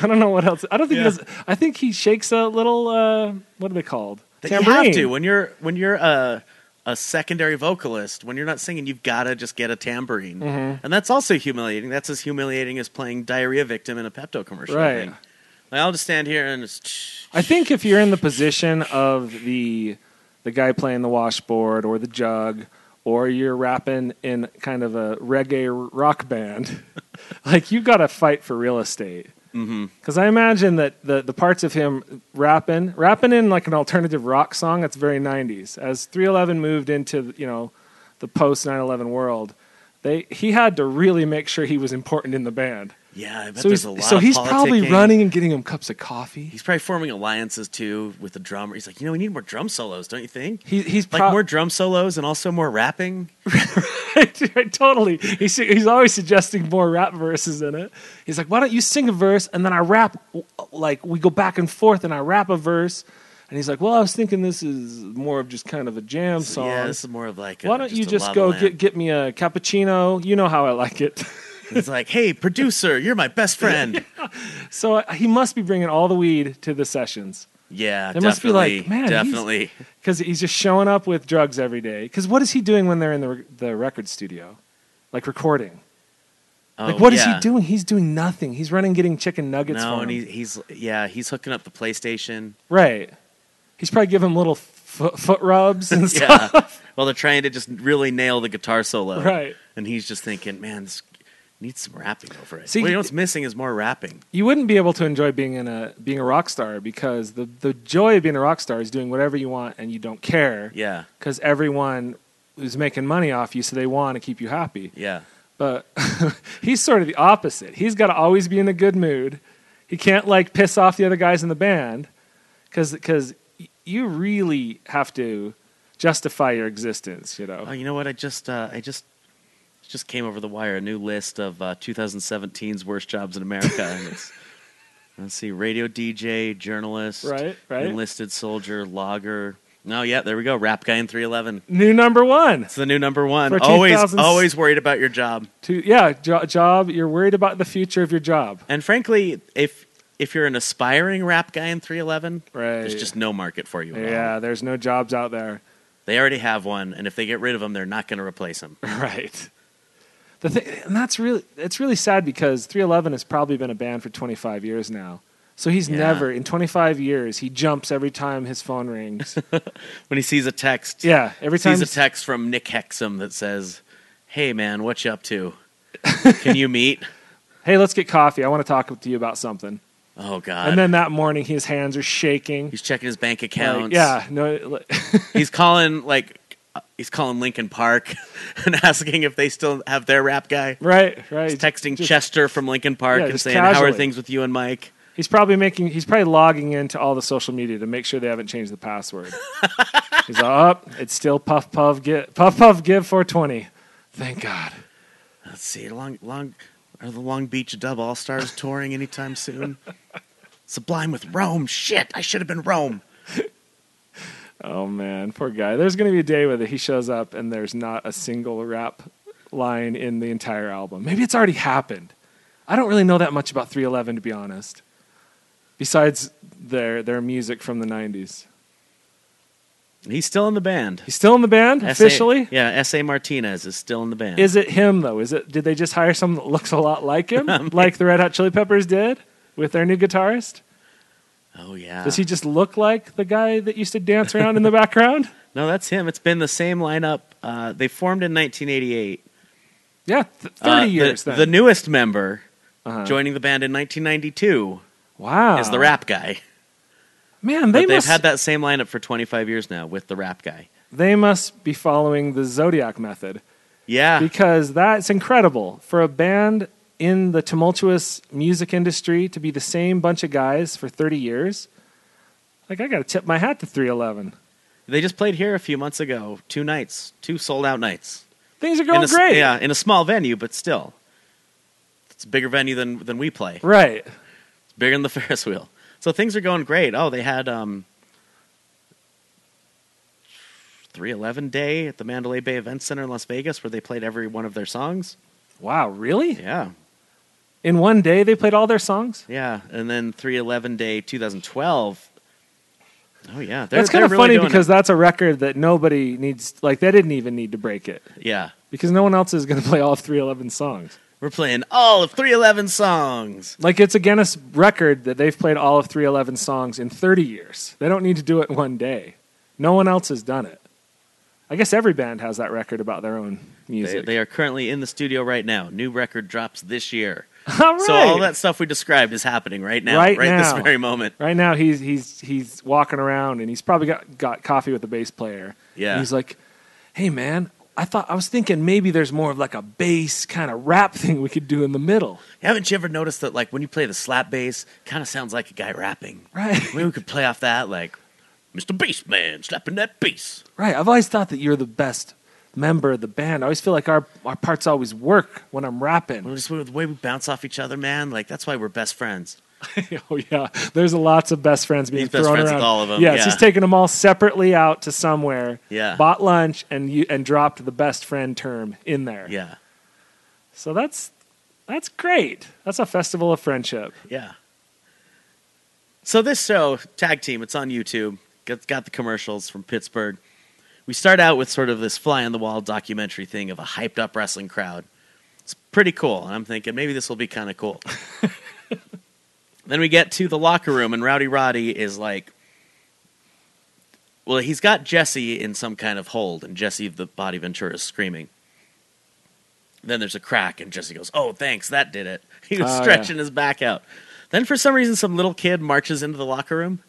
[SPEAKER 9] I don't know what else. I don't think
[SPEAKER 8] Yeah.
[SPEAKER 9] he does. I think he shakes a little. Uh, what are they called?
[SPEAKER 8] that you have to when you're when you're a a secondary vocalist when you're not singing you've got to just get a tambourine
[SPEAKER 9] Mm-hmm.
[SPEAKER 8] and that's also humiliating that's as humiliating as playing diarrhea victim in a pepto commercial I
[SPEAKER 9] Right.
[SPEAKER 8] think. like, i'll just stand here and just <sniffs>
[SPEAKER 9] I think if you're in the position of the the guy playing the washboard or the jug, or you're rapping in kind of a reggae r- rock band, <laughs> like you got to fight for real estate.
[SPEAKER 8] Mm-hmm.
[SPEAKER 9] Because I imagine that the, the parts of him rapping, rapping in like an alternative rock song, that's very 90s. As 311 moved into, you know, the post 9-11 world, they, he had to really make sure he was important in the band.
[SPEAKER 8] yeah i bet
[SPEAKER 9] so
[SPEAKER 8] there's
[SPEAKER 9] he's,
[SPEAKER 8] a lot
[SPEAKER 9] so
[SPEAKER 8] of
[SPEAKER 9] he's probably
[SPEAKER 8] politicking.
[SPEAKER 9] running and getting him cups of coffee.
[SPEAKER 8] he's probably forming alliances too with the drummer he's like you know we need more drum solos don't you think
[SPEAKER 9] He, he's
[SPEAKER 8] like
[SPEAKER 9] prob-
[SPEAKER 8] more drum solos and also more rapping
[SPEAKER 9] <laughs> totally. He's, he's always suggesting more rap verses in it. He's like, why don't you sing a verse and then I rap, like we go back and forth and I rap a verse. And he's like, well, I was thinking this is more of just kind of a jam
[SPEAKER 8] so
[SPEAKER 9] song.
[SPEAKER 8] yeah this is more of like a-
[SPEAKER 9] why don't you
[SPEAKER 8] a
[SPEAKER 9] just
[SPEAKER 8] lava
[SPEAKER 9] go
[SPEAKER 8] lamp.
[SPEAKER 9] get, get me a cappuccino? You know how I like it. <laughs>
[SPEAKER 8] it's like hey producer you're my best friend
[SPEAKER 9] so uh, he must be bringing all the weed to the sessions
[SPEAKER 8] yeah
[SPEAKER 9] They
[SPEAKER 8] definitely
[SPEAKER 9] must be like, "Man, he's-
[SPEAKER 8] definitely
[SPEAKER 9] because he's just showing up with drugs every day. Because what is he doing when they're in the, re- the record studio? Like recording. Like,
[SPEAKER 8] Oh,
[SPEAKER 9] what is
[SPEAKER 8] yeah.
[SPEAKER 9] he doing? He's doing nothing. He's running, getting chicken nuggets.
[SPEAKER 8] No,
[SPEAKER 9] for
[SPEAKER 8] and
[SPEAKER 9] him.
[SPEAKER 8] he, he's yeah, he's hooking up the
[SPEAKER 9] <laughs>
[SPEAKER 8] PlayStation.
[SPEAKER 9] right. He's probably giving him little foot, foot rubs and stuff.
[SPEAKER 8] <laughs> Yeah, well, they're trying to just really nail the guitar solo,
[SPEAKER 9] Right.
[SPEAKER 8] And he's just thinking, man, this needs some rapping over it.
[SPEAKER 9] See,
[SPEAKER 8] well, you know what's missing is more rapping.
[SPEAKER 9] You wouldn't be able to enjoy being in a being a rock star because the the joy of being a rock star is doing whatever you want and you don't care
[SPEAKER 8] Yeah,
[SPEAKER 9] because everyone is making money off you, so they want to keep you happy.
[SPEAKER 8] yeah,
[SPEAKER 9] But <laughs> he's sort of the opposite. He's got to always be in a good mood. He can't like piss off the other guys in the band because because you really have to justify your existence. You know.
[SPEAKER 8] Oh, you know what? I just uh, I just just came over the wire a new list of uh, 2017's worst jobs in America. and it's, <laughs> let's see, radio DJ, journalist,
[SPEAKER 9] Right, right.
[SPEAKER 8] enlisted soldier, logger. No, yeah, there we go. Rap guy in 311.
[SPEAKER 9] New number one.
[SPEAKER 8] It's the new number one.
[SPEAKER 9] For
[SPEAKER 8] Always,
[SPEAKER 9] 2000s.
[SPEAKER 8] always worried about your job.
[SPEAKER 9] To yeah, jo- job. You're worried about the future of your job.
[SPEAKER 8] And frankly, if if you're an aspiring rap guy in 311,
[SPEAKER 9] Right.
[SPEAKER 8] there's just no market for you. at all.
[SPEAKER 9] Yeah, there's no jobs out there.
[SPEAKER 8] They already have one, and if they get rid of him, they're not going to replace him.
[SPEAKER 9] <laughs> Right. The thing, and that's really it's really sad because 311 has probably been a band for 25 years now. So he's
[SPEAKER 8] Yeah.
[SPEAKER 9] never in 25 years he jumps every time his phone rings.
[SPEAKER 8] When he sees a text,
[SPEAKER 9] yeah, every time
[SPEAKER 8] sees a
[SPEAKER 9] he's-
[SPEAKER 8] text from Nick Hexum that says, "Hey man, what
[SPEAKER 9] <laughs>
[SPEAKER 8] you up to? Can you meet?"
[SPEAKER 9] hey, let's get coffee. I want to talk to you about something.
[SPEAKER 8] Oh God.
[SPEAKER 9] And then that morning, his hands are shaking.
[SPEAKER 8] he's checking his bank accounts.
[SPEAKER 9] Like, yeah, no, like-
[SPEAKER 8] <laughs> he's calling like uh, he's calling Lincoln Park <laughs> and asking if they still have their rap guy.
[SPEAKER 9] <laughs> right, right.
[SPEAKER 8] He's texting
[SPEAKER 9] Just-
[SPEAKER 8] Chester from Lincoln Park
[SPEAKER 9] Yeah,
[SPEAKER 8] and
[SPEAKER 9] just
[SPEAKER 8] saying, "How are
[SPEAKER 9] casually.
[SPEAKER 8] things with you and Mike?"
[SPEAKER 9] He's probably making. He's probably logging into all the social media to make sure they haven't changed
[SPEAKER 8] <laughs>
[SPEAKER 9] the password. he's like, up. it's still puff puff give puff puff give 420. Thank God.
[SPEAKER 8] Let's see, long long are the Long Beach Dub All Stars <laughs> touring anytime soon? Sublime with Rome. Shit, I should have been Rome.
[SPEAKER 9] Oh man, poor guy. There's gonna be a day where he shows up and there's not a single rap line in the entire album. Maybe it's already happened. I don't really know that much about 311 to be honest. Besides their their music from the 90s.
[SPEAKER 8] He's still in the band
[SPEAKER 9] He's still in the band
[SPEAKER 8] S.A.
[SPEAKER 9] officially.
[SPEAKER 8] Yeah, S. A. Martinez is still in the band.
[SPEAKER 9] Is it him though? Is it? Did they just hire someone that looks a lot like
[SPEAKER 8] <laughs>
[SPEAKER 9] him, like the Red Hot Chili Peppers did with their new guitarist?
[SPEAKER 8] oh yeah.
[SPEAKER 9] Does he just look like the guy that used to dance
[SPEAKER 8] <laughs>
[SPEAKER 9] around in the background?
[SPEAKER 8] No, that's him. It's been the same lineup. Uh, they formed in 1988.
[SPEAKER 9] Yeah, th-
[SPEAKER 8] Uh,
[SPEAKER 9] thirty
[SPEAKER 8] the-
[SPEAKER 9] years.
[SPEAKER 8] The,
[SPEAKER 9] then.
[SPEAKER 8] newest member
[SPEAKER 9] Uh-huh.
[SPEAKER 8] joining the band in 1992
[SPEAKER 9] wow
[SPEAKER 8] is the rap guy.
[SPEAKER 9] man.
[SPEAKER 8] But
[SPEAKER 9] They
[SPEAKER 8] they've
[SPEAKER 9] must.
[SPEAKER 8] had that same lineup for 25 years now with the rap guy.
[SPEAKER 9] They must be following the zodiac method
[SPEAKER 8] Yeah.
[SPEAKER 9] because that's incredible for a band in the tumultuous music industry to be the same bunch of guys for thirty years. Like I got to tip my hat to Three Eleven.
[SPEAKER 8] They just played here a few months ago, two nights, two sold out nights.
[SPEAKER 9] Things are
[SPEAKER 8] in
[SPEAKER 9] going
[SPEAKER 8] a, s-
[SPEAKER 9] great.
[SPEAKER 8] Yeah, in a small venue, but still. It's a bigger venue than, than we play.
[SPEAKER 9] Right.
[SPEAKER 8] It's bigger than the <laughs> Ferris wheel. So things are going great. Oh, they had um 311 Day at the Mandalay Bay Event Center in Las Vegas where they played every one of their songs.
[SPEAKER 9] Wow, really?
[SPEAKER 8] Yeah.
[SPEAKER 9] In one day, they played all their songs.
[SPEAKER 8] Yeah, and then 311 Day 2012. Oh yeah. They're,
[SPEAKER 9] That's kind
[SPEAKER 8] they're
[SPEAKER 9] of
[SPEAKER 8] really
[SPEAKER 9] funny
[SPEAKER 8] doing
[SPEAKER 9] because
[SPEAKER 8] it.
[SPEAKER 9] that's a record that nobody needs. Like they didn't even need to break it
[SPEAKER 8] yeah.
[SPEAKER 9] because no one else is going to <laughs> play all of 311 songs.
[SPEAKER 8] We're playing all of 311 songs.
[SPEAKER 9] Like it's a Guinness record that they've played all of 311 songs in 30 years. They don't need to do it in one day. No one else has done it. I guess every band has that record about their own
[SPEAKER 8] They,
[SPEAKER 9] music.
[SPEAKER 8] they are currently in the studio right now. New record drops this
[SPEAKER 9] <laughs>
[SPEAKER 8] year.
[SPEAKER 9] all right.
[SPEAKER 8] So all that stuff we described is happening right now,
[SPEAKER 9] Right
[SPEAKER 8] this
[SPEAKER 9] now.
[SPEAKER 8] very moment.
[SPEAKER 9] Right now he's he's he's walking around and he's probably got, got coffee with the bass player.
[SPEAKER 8] Yeah.
[SPEAKER 9] And he's like, Hey man, I thought I was thinking maybe there's more of like a bass kind of rap <laughs> thing we could do in the middle.
[SPEAKER 8] Haven't you ever noticed that, like, when you play the slap bass, kind of sounds like a guy rapping?
[SPEAKER 9] Right.
[SPEAKER 8] Maybe we could play off that, like, Mr. Beast Man slapping that bass.
[SPEAKER 9] Right. I've always thought that you're the best member of the band. I always feel like our, our parts always work when I'm
[SPEAKER 8] Well,
[SPEAKER 9] rapping.
[SPEAKER 8] just the way we bounce off each other, man. Like, that's why we're best friends.
[SPEAKER 9] <laughs> oh yeah. There's lots of best friends being
[SPEAKER 8] He's best
[SPEAKER 9] thrown
[SPEAKER 8] friends with
[SPEAKER 9] around.
[SPEAKER 8] all of 'em,
[SPEAKER 9] Yes,
[SPEAKER 8] yeah.
[SPEAKER 9] he's taken them all separately out to somewhere.
[SPEAKER 8] Yeah.
[SPEAKER 9] Bought lunch and you and dropped the best friend term in there.
[SPEAKER 8] Yeah.
[SPEAKER 9] So that's that's great. That's a festival of friendship.
[SPEAKER 8] Yeah. So this show, Tag Team, it's on YouTube. Got, got the commercials from Pittsburgh. We start out with sort of this fly on the wall documentary thing of a hyped up wrestling crowd. It's pretty cool, and I'm thinking maybe this will be kind of cool. then we get to the locker room, and Rowdy Roddy is like, well, he's got Jesse in some kind of hold, and Jesse the Body Ventura is screaming. Then there's a crack, and Jesse goes, "Oh, thanks, that did it." <laughs> He was
[SPEAKER 9] Oh, yeah.
[SPEAKER 8] stretching his back out. Then, for some reason, some little kid marches into the locker room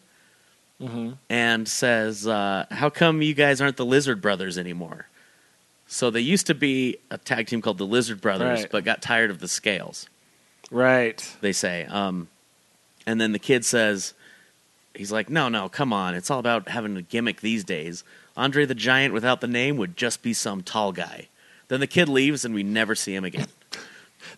[SPEAKER 9] Mm-hmm.
[SPEAKER 8] and says, uh, "How come you guys aren't the Lizard Brothers anymore?" So they used to be a tag team called the Lizard Brothers,
[SPEAKER 9] Right.
[SPEAKER 8] but got tired of the scales
[SPEAKER 9] Right.
[SPEAKER 8] they say. Um, and then the kid says, he's like, no, no, come on. It's all about having a gimmick these days. Andre the Giant without the name would just be some tall guy. Then the kid leaves and we never see him again.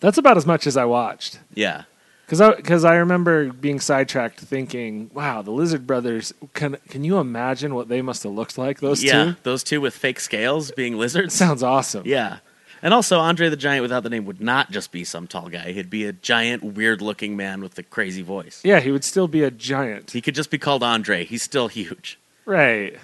[SPEAKER 9] That's about as much as I watched.
[SPEAKER 8] Yeah.
[SPEAKER 9] Because I, 'cause I remember being sidetracked thinking, wow, the Lizard Brothers, can, can you imagine what they must have looked like, those
[SPEAKER 8] yeah.
[SPEAKER 9] two?
[SPEAKER 8] Those two with fake scales being lizards. <laughs>
[SPEAKER 9] Sounds awesome.
[SPEAKER 8] yeah. And also, Andre the Giant without the name would not just be some tall guy. He'd be a giant, weird looking man with a crazy voice.
[SPEAKER 9] Yeah, he would still be a giant.
[SPEAKER 8] He could just be called Andre. He's still huge.
[SPEAKER 9] Right.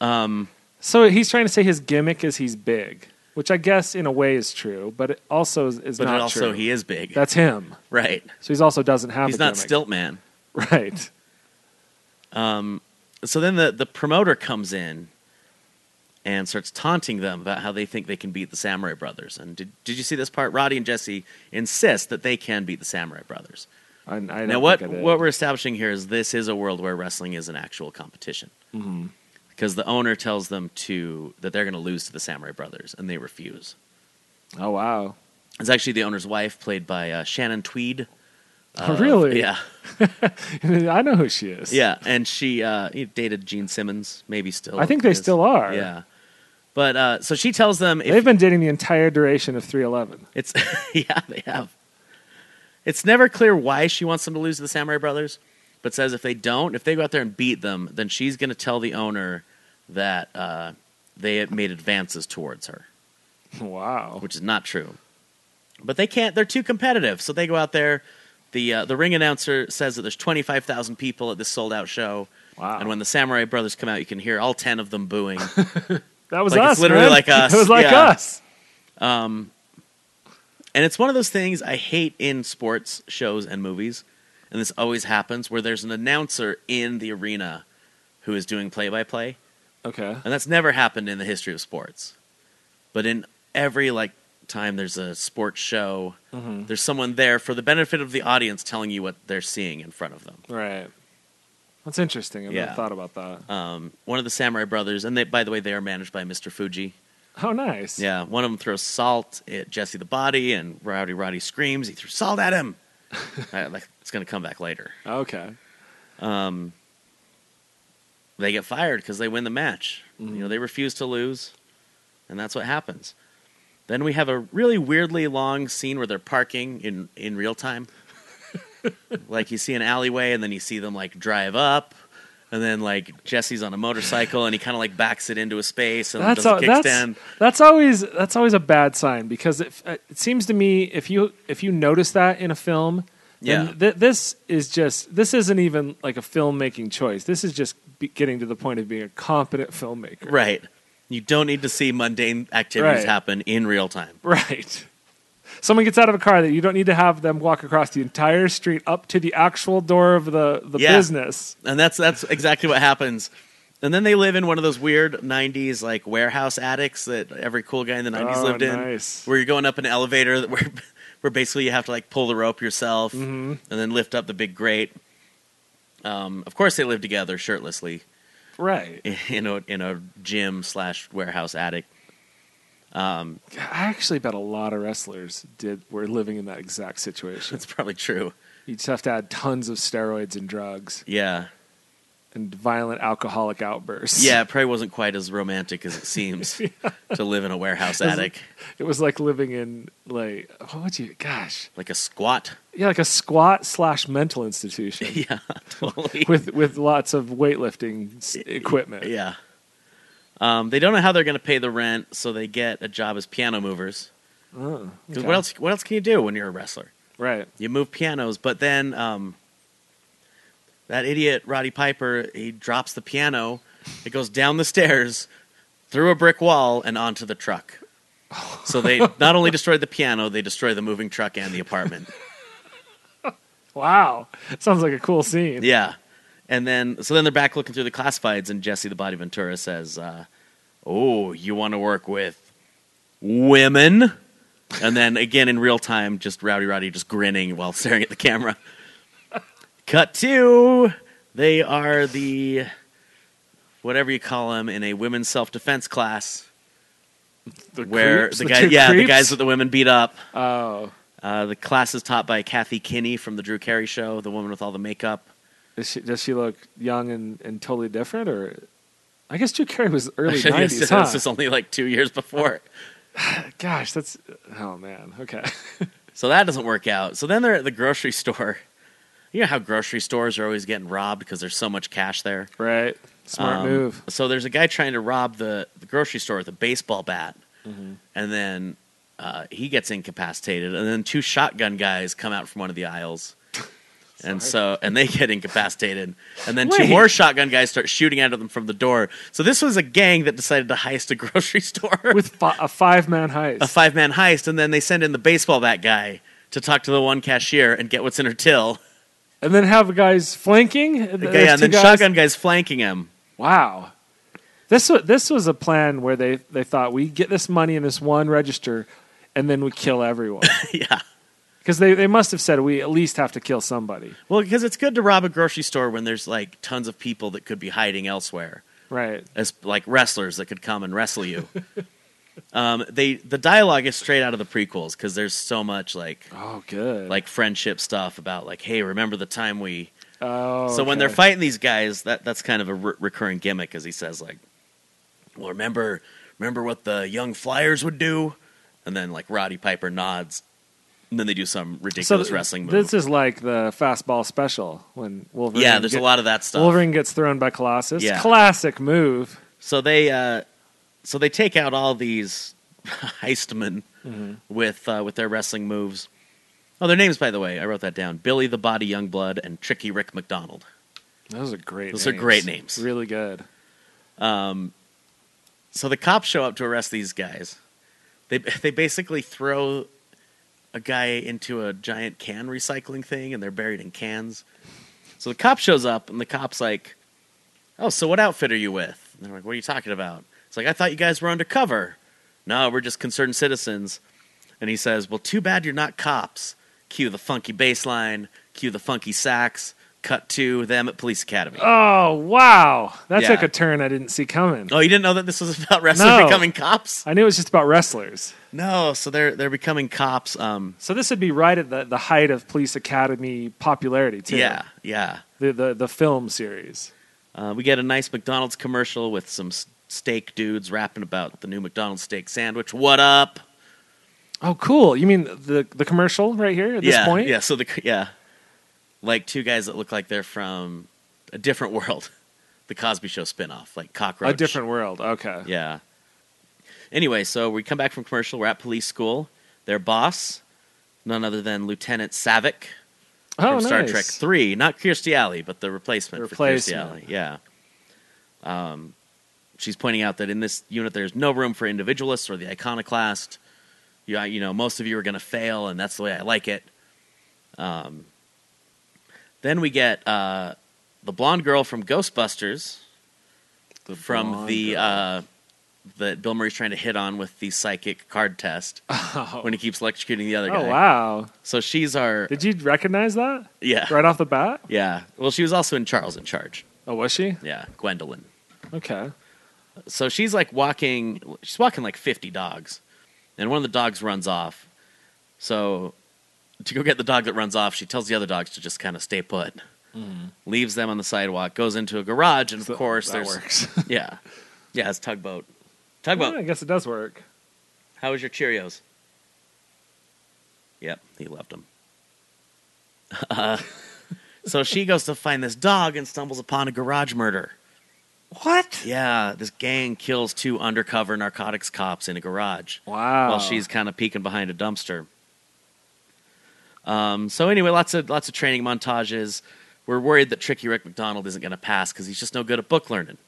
[SPEAKER 9] Um,
[SPEAKER 8] Um,
[SPEAKER 9] so he's trying to say his gimmick is he's big, which I guess in a way is true, but it also is, is
[SPEAKER 8] But
[SPEAKER 9] not
[SPEAKER 8] also,
[SPEAKER 9] true.
[SPEAKER 8] he is big.
[SPEAKER 9] That's him.
[SPEAKER 8] right.
[SPEAKER 9] So he's also doesn't have
[SPEAKER 8] He's
[SPEAKER 9] a
[SPEAKER 8] not
[SPEAKER 9] gimmick.
[SPEAKER 8] stilt man.
[SPEAKER 9] <laughs> Right.
[SPEAKER 8] so then the, the promoter comes in and starts taunting them about how they think they can beat the Samurai Brothers. And did, did you see this part? Roddy and Jesse insist that they can beat the Samurai Brothers.
[SPEAKER 9] I, I don't
[SPEAKER 8] Now, what
[SPEAKER 9] think I did.
[SPEAKER 8] what we're establishing here is this is a world where wrestling is an actual competition.
[SPEAKER 9] Mm-hmm.
[SPEAKER 8] Because the owner tells them to that they're going to lose to the Samurai Brothers, and they refuse.
[SPEAKER 9] oh wow,
[SPEAKER 8] It's actually the owner's wife, played by uh, Shannon Tweed.
[SPEAKER 9] Oh, really?
[SPEAKER 8] Uh, Yeah,
[SPEAKER 9] <laughs> I know who she is.
[SPEAKER 8] yeah, and she uh, he dated Gene Simmons, maybe still.
[SPEAKER 9] I think they
[SPEAKER 8] is-
[SPEAKER 9] still are.
[SPEAKER 8] Yeah, but uh, so she tells them if
[SPEAKER 9] They've been dating the entire duration of 311.
[SPEAKER 8] It's <laughs> yeah, they have. It's never clear why she wants them to lose to the Samurai Brothers, but says if they don't, if they go out there and beat them, then she's going to tell the owner that uh, they had made advances towards her,
[SPEAKER 9] <laughs> Wow.
[SPEAKER 8] which is not true. But they can't; they're too competitive, so they go out there. the uh, The ring announcer says that there's twenty five thousand people at this sold out show.
[SPEAKER 9] Wow.
[SPEAKER 8] And when the Samurai Brothers come out, you can hear all ten of them booing.
[SPEAKER 9] That was
[SPEAKER 8] Like,
[SPEAKER 9] us.
[SPEAKER 8] it's literally
[SPEAKER 9] man.
[SPEAKER 8] like us,
[SPEAKER 9] <laughs> It was like
[SPEAKER 8] yeah.
[SPEAKER 9] us.
[SPEAKER 8] And it's one of those things I hate in sports shows and movies, and this always happens where there's an announcer in the arena who is doing play by play,
[SPEAKER 9] Okay.
[SPEAKER 8] and that's never happened in the history of sports. But in every like time there's a sports show, there's someone there for the benefit of the audience telling you what they're seeing in front of them.
[SPEAKER 9] Right. That's interesting. I've
[SPEAKER 8] Yeah.
[SPEAKER 9] never thought about that.
[SPEAKER 8] Um, one of the Samurai Brothers, and they, by the way, they are managed by Mr. Fuji.
[SPEAKER 9] oh, nice.
[SPEAKER 8] Yeah, one of them throws salt at Jesse the Body, and Rowdy Roddy screams, "He threw salt at him!" Uh, like it's going to come back later.
[SPEAKER 9] Okay.
[SPEAKER 8] they get fired because they win the match. You
[SPEAKER 9] Mm-hmm.
[SPEAKER 8] know, they refuse to lose, and that's what happens. Then we have a really weirdly long scene where they're parking in in real
[SPEAKER 9] <laughs>
[SPEAKER 8] time. like you see an alleyway, and then you see them like drive up, and then like Jesse's on a motorcycle, and he kind of like backs it into a space and
[SPEAKER 9] That's
[SPEAKER 8] does a
[SPEAKER 9] al- that's
[SPEAKER 8] kickstand.
[SPEAKER 9] that's always that's always a bad sign because it, it seems to me if you if you notice that in a film, then
[SPEAKER 8] Yeah.
[SPEAKER 9] th- this is just this isn't even like a filmmaking choice. This is just be getting to the point of being a competent filmmaker. <laughs>
[SPEAKER 8] Right. You don't need to see mundane activities
[SPEAKER 9] Right.
[SPEAKER 8] happen in real time.
[SPEAKER 9] Right. Someone gets out of a car that you don't need to have them walk across the entire street up to the actual door of the, the
[SPEAKER 8] Yeah.
[SPEAKER 9] business.
[SPEAKER 8] and that's that's exactly what happens. And then they live in one of those weird '90s like warehouse attics that every cool guy in the '90s
[SPEAKER 9] Oh,
[SPEAKER 8] lived in,
[SPEAKER 9] nice.
[SPEAKER 8] where you're going up an elevator that <laughs> where where basically you have to like pull the rope yourself
[SPEAKER 9] Mm-hmm.
[SPEAKER 8] and then lift up the big grate. Um, of course, they live together shirtlessly <laughs>
[SPEAKER 9] Right.
[SPEAKER 8] in a in a gym slash warehouse attic.
[SPEAKER 9] I actually bet a lot of wrestlers did were living in that exact situation.
[SPEAKER 8] That's probably true.
[SPEAKER 9] You just have to add tons of steroids and drugs
[SPEAKER 8] Yeah,
[SPEAKER 9] and violent alcoholic outbursts.
[SPEAKER 8] yeah. It probably wasn't quite as romantic as it
[SPEAKER 9] <laughs>
[SPEAKER 8] seems to live in a warehouse
[SPEAKER 9] As-
[SPEAKER 8] attic,
[SPEAKER 9] <laughs> It was like living in like what would you gosh.
[SPEAKER 8] like a squat.
[SPEAKER 9] Yeah, like a squat slash mental institution
[SPEAKER 8] <laughs> Yeah, totally.
[SPEAKER 9] with with lots of weightlifting s- equipment.
[SPEAKER 8] Yeah. Um, they don't know how they're going to pay the rent, so they get a job as piano movers. 'Cause
[SPEAKER 9] Okay.
[SPEAKER 8] What else? What else can you do when you're a wrestler?
[SPEAKER 9] Right.
[SPEAKER 8] You move pianos, but then um, that idiot Roddy Piper he drops the piano. It goes down the stairs, through a brick wall, and onto the truck. So they not only destroy the piano, they destroy the moving truck and the apartment.
[SPEAKER 9] Wow. Sounds like a cool scene.
[SPEAKER 8] Yeah. And then, so then they're back looking through the classifieds, and Jesse the Body Ventura says, uh, Oh, you want to work with women? And then again, in real time, just Rowdy Roddy just grinning while staring at the camera. Cut two. They are the whatever you call them in a women's self defense class
[SPEAKER 9] The
[SPEAKER 8] where
[SPEAKER 9] creeps,
[SPEAKER 8] the
[SPEAKER 9] <laughs>
[SPEAKER 8] guy,
[SPEAKER 9] two
[SPEAKER 8] yeah, the
[SPEAKER 9] creeps?
[SPEAKER 8] guys that the women beat up.
[SPEAKER 9] Oh,
[SPEAKER 8] Uh, the class is taught by Kathy Kinney from the Drew Carey Show, the woman with all the makeup.
[SPEAKER 9] is she, does she look young and, and totally different? Or I guess Drew Carey
[SPEAKER 8] <laughs>
[SPEAKER 9] was early
[SPEAKER 8] Actually,
[SPEAKER 9] nineties.
[SPEAKER 8] This,
[SPEAKER 9] Huh?
[SPEAKER 8] this is only like two years before.
[SPEAKER 9] Gosh, that's oh man. Okay, <laughs>
[SPEAKER 8] So that doesn't work out. So then they're at the grocery store. You know how grocery stores are always getting robbed because there's so much cash there?
[SPEAKER 9] right. Smart
[SPEAKER 8] Um,
[SPEAKER 9] move.
[SPEAKER 8] So there's a guy trying to rob the, the grocery store with a baseball bat.
[SPEAKER 9] Mm-hmm.
[SPEAKER 8] And then uh, he gets incapacitated. And then two shotgun guys come out from one of the
[SPEAKER 9] <laughs>
[SPEAKER 8] aisles. And so, and they get incapacitated, and then two
[SPEAKER 9] Wait.
[SPEAKER 8] more shotgun guys start shooting at them from the door. So this was a gang that decided to heist a <laughs> grocery store
[SPEAKER 9] With fi- a five man
[SPEAKER 8] a
[SPEAKER 9] heist.
[SPEAKER 8] five man heist, and then they send in the baseball bat guy to talk to the one cashier and get what's in her till.
[SPEAKER 9] and then have guys flanking. and
[SPEAKER 8] The
[SPEAKER 9] there's
[SPEAKER 8] guy- yeah, and
[SPEAKER 9] two
[SPEAKER 8] then
[SPEAKER 9] guys-
[SPEAKER 8] shotgun guy's flanking him.
[SPEAKER 9] Wow. This was, this was a plan where they, they thought we get this money in this one register, and then we kill everyone.
[SPEAKER 8] <laughs> yeah,
[SPEAKER 9] Because they, they must have said we at least have to kill somebody,
[SPEAKER 8] Well, because it's good to rob a grocery store when there's like tons of people that could be hiding elsewhere,
[SPEAKER 9] right?
[SPEAKER 8] as like wrestlers that could come and wrestle
[SPEAKER 9] <laughs>
[SPEAKER 8] you. um, they the dialogue is straight out of the prequels because there's so much like
[SPEAKER 9] Oh, good.
[SPEAKER 8] like friendship stuff about like, hey, remember the time we.
[SPEAKER 9] oh,
[SPEAKER 8] So when
[SPEAKER 9] okay.
[SPEAKER 8] they're fighting these guys, that that's kind of a re- recurring gimmick, as he says, like, "Well, remember, remember what the young flyers would do," and then like Roddy Piper nods, and then they do some ridiculous
[SPEAKER 9] th-
[SPEAKER 8] wrestling move.
[SPEAKER 9] This is like the fastball special when Wolverine.
[SPEAKER 8] yeah, there's
[SPEAKER 9] get-
[SPEAKER 8] a lot of that stuff.
[SPEAKER 9] Wolverine gets thrown by Colossus.
[SPEAKER 8] Yeah.
[SPEAKER 9] Classic move.
[SPEAKER 8] So they uh, so they take out all these <laughs> heistmen
[SPEAKER 9] Mm-hmm.
[SPEAKER 8] with uh, with their wrestling moves. Oh, their names, by the way, I wrote that down: Billy the Body Youngblood and Tricky Rick McDonald.
[SPEAKER 9] Those are great.
[SPEAKER 8] Those are great names.
[SPEAKER 9] Really good.
[SPEAKER 8] so the cops show up to arrest these guys. They <laughs> they basically throw a guy into a giant can recycling thing, and they're buried in cans. So the cop shows up, and the cop's like, "Oh, so what outfit are you with?" And they're like, "What are you talking about?" It's like, "I thought you guys were undercover." No, we're just concerned citizens. And he says, "Well, too bad you're not cops." Cue the funky bass line. Cue the funky sax. Cut to them at police academy.
[SPEAKER 9] Oh wow, that
[SPEAKER 8] Yeah.
[SPEAKER 9] took a turn I didn't see coming.
[SPEAKER 8] Oh, you didn't know that this was about wrestlers
[SPEAKER 9] No.
[SPEAKER 8] becoming cops?
[SPEAKER 9] I knew it was just about wrestlers.
[SPEAKER 8] No, so they're they're becoming cops. Um,
[SPEAKER 9] So this would be right at the, the height of Police Academy popularity too.
[SPEAKER 8] yeah, yeah.
[SPEAKER 9] The the, the film series.
[SPEAKER 8] Uh, we get a nice McDonald's commercial with some s- steak dudes rapping about the new McDonald's steak sandwich. What up?
[SPEAKER 9] Oh cool. You mean the the commercial right here at this
[SPEAKER 8] yeah,
[SPEAKER 9] point?
[SPEAKER 8] yeah. So the yeah, like two guys that look like they're from a different <laughs> world, the Cosby Show spinoff, like cockroach.
[SPEAKER 9] A different world. Okay.
[SPEAKER 8] Yeah. Anyway, so we come back from commercial. We're at police school. Their boss, none other than Lieutenant Savick,
[SPEAKER 9] Oh
[SPEAKER 8] from
[SPEAKER 9] nice.
[SPEAKER 8] Star Trek Three, not Kirstie Alley, but the replacement, for
[SPEAKER 9] Replacement.
[SPEAKER 8] Kirstie Alley. Yeah. Um, she's pointing out that in this unit, there's no room for individualists or the iconoclast. You, you know, most of you are going to fail, and that's the way I like it. Um, then we get uh, the blonde girl from Ghostbusters, from
[SPEAKER 9] blonde
[SPEAKER 8] the
[SPEAKER 9] girl.
[SPEAKER 8] uh, that Bill Murray's trying to hit on with the psychic card
[SPEAKER 9] <laughs>
[SPEAKER 8] test when he keeps electrocuting the other
[SPEAKER 9] Oh
[SPEAKER 8] guy.
[SPEAKER 9] wow.
[SPEAKER 8] So she's our
[SPEAKER 9] Did you recognize that
[SPEAKER 8] yeah
[SPEAKER 9] right off the bat?
[SPEAKER 8] yeah. Well, she was also in Charles in Charge.
[SPEAKER 9] Oh, was she?
[SPEAKER 8] Yeah, Gwendolyn.
[SPEAKER 9] Okay.
[SPEAKER 8] So she's like walking. She's walking like fifty dogs, and one of the dogs runs off. So to go get the dog that runs off, she tells the other dogs to just kind of stay put. Leaves them on the sidewalk, goes into a garage, and of course
[SPEAKER 9] that
[SPEAKER 8] there's
[SPEAKER 9] works.
[SPEAKER 8] <laughs> yeah, yeah, it's tugboat.
[SPEAKER 9] well,
[SPEAKER 8] Tugboat,
[SPEAKER 9] I guess it does work.
[SPEAKER 8] how was your Cheerios? Yep, he loved them. <laughs> Uh, so she goes to find this dog and stumbles upon a garage murder.
[SPEAKER 9] What?
[SPEAKER 8] Yeah, this gang kills two undercover narcotics cops in a garage
[SPEAKER 9] Wow.
[SPEAKER 8] while she's kind of peeking behind a dumpster. Um, so anyway, lots of lots of training montages. We're worried that Tricky Rick McDonald isn't going to pass because he's just no good at book learning.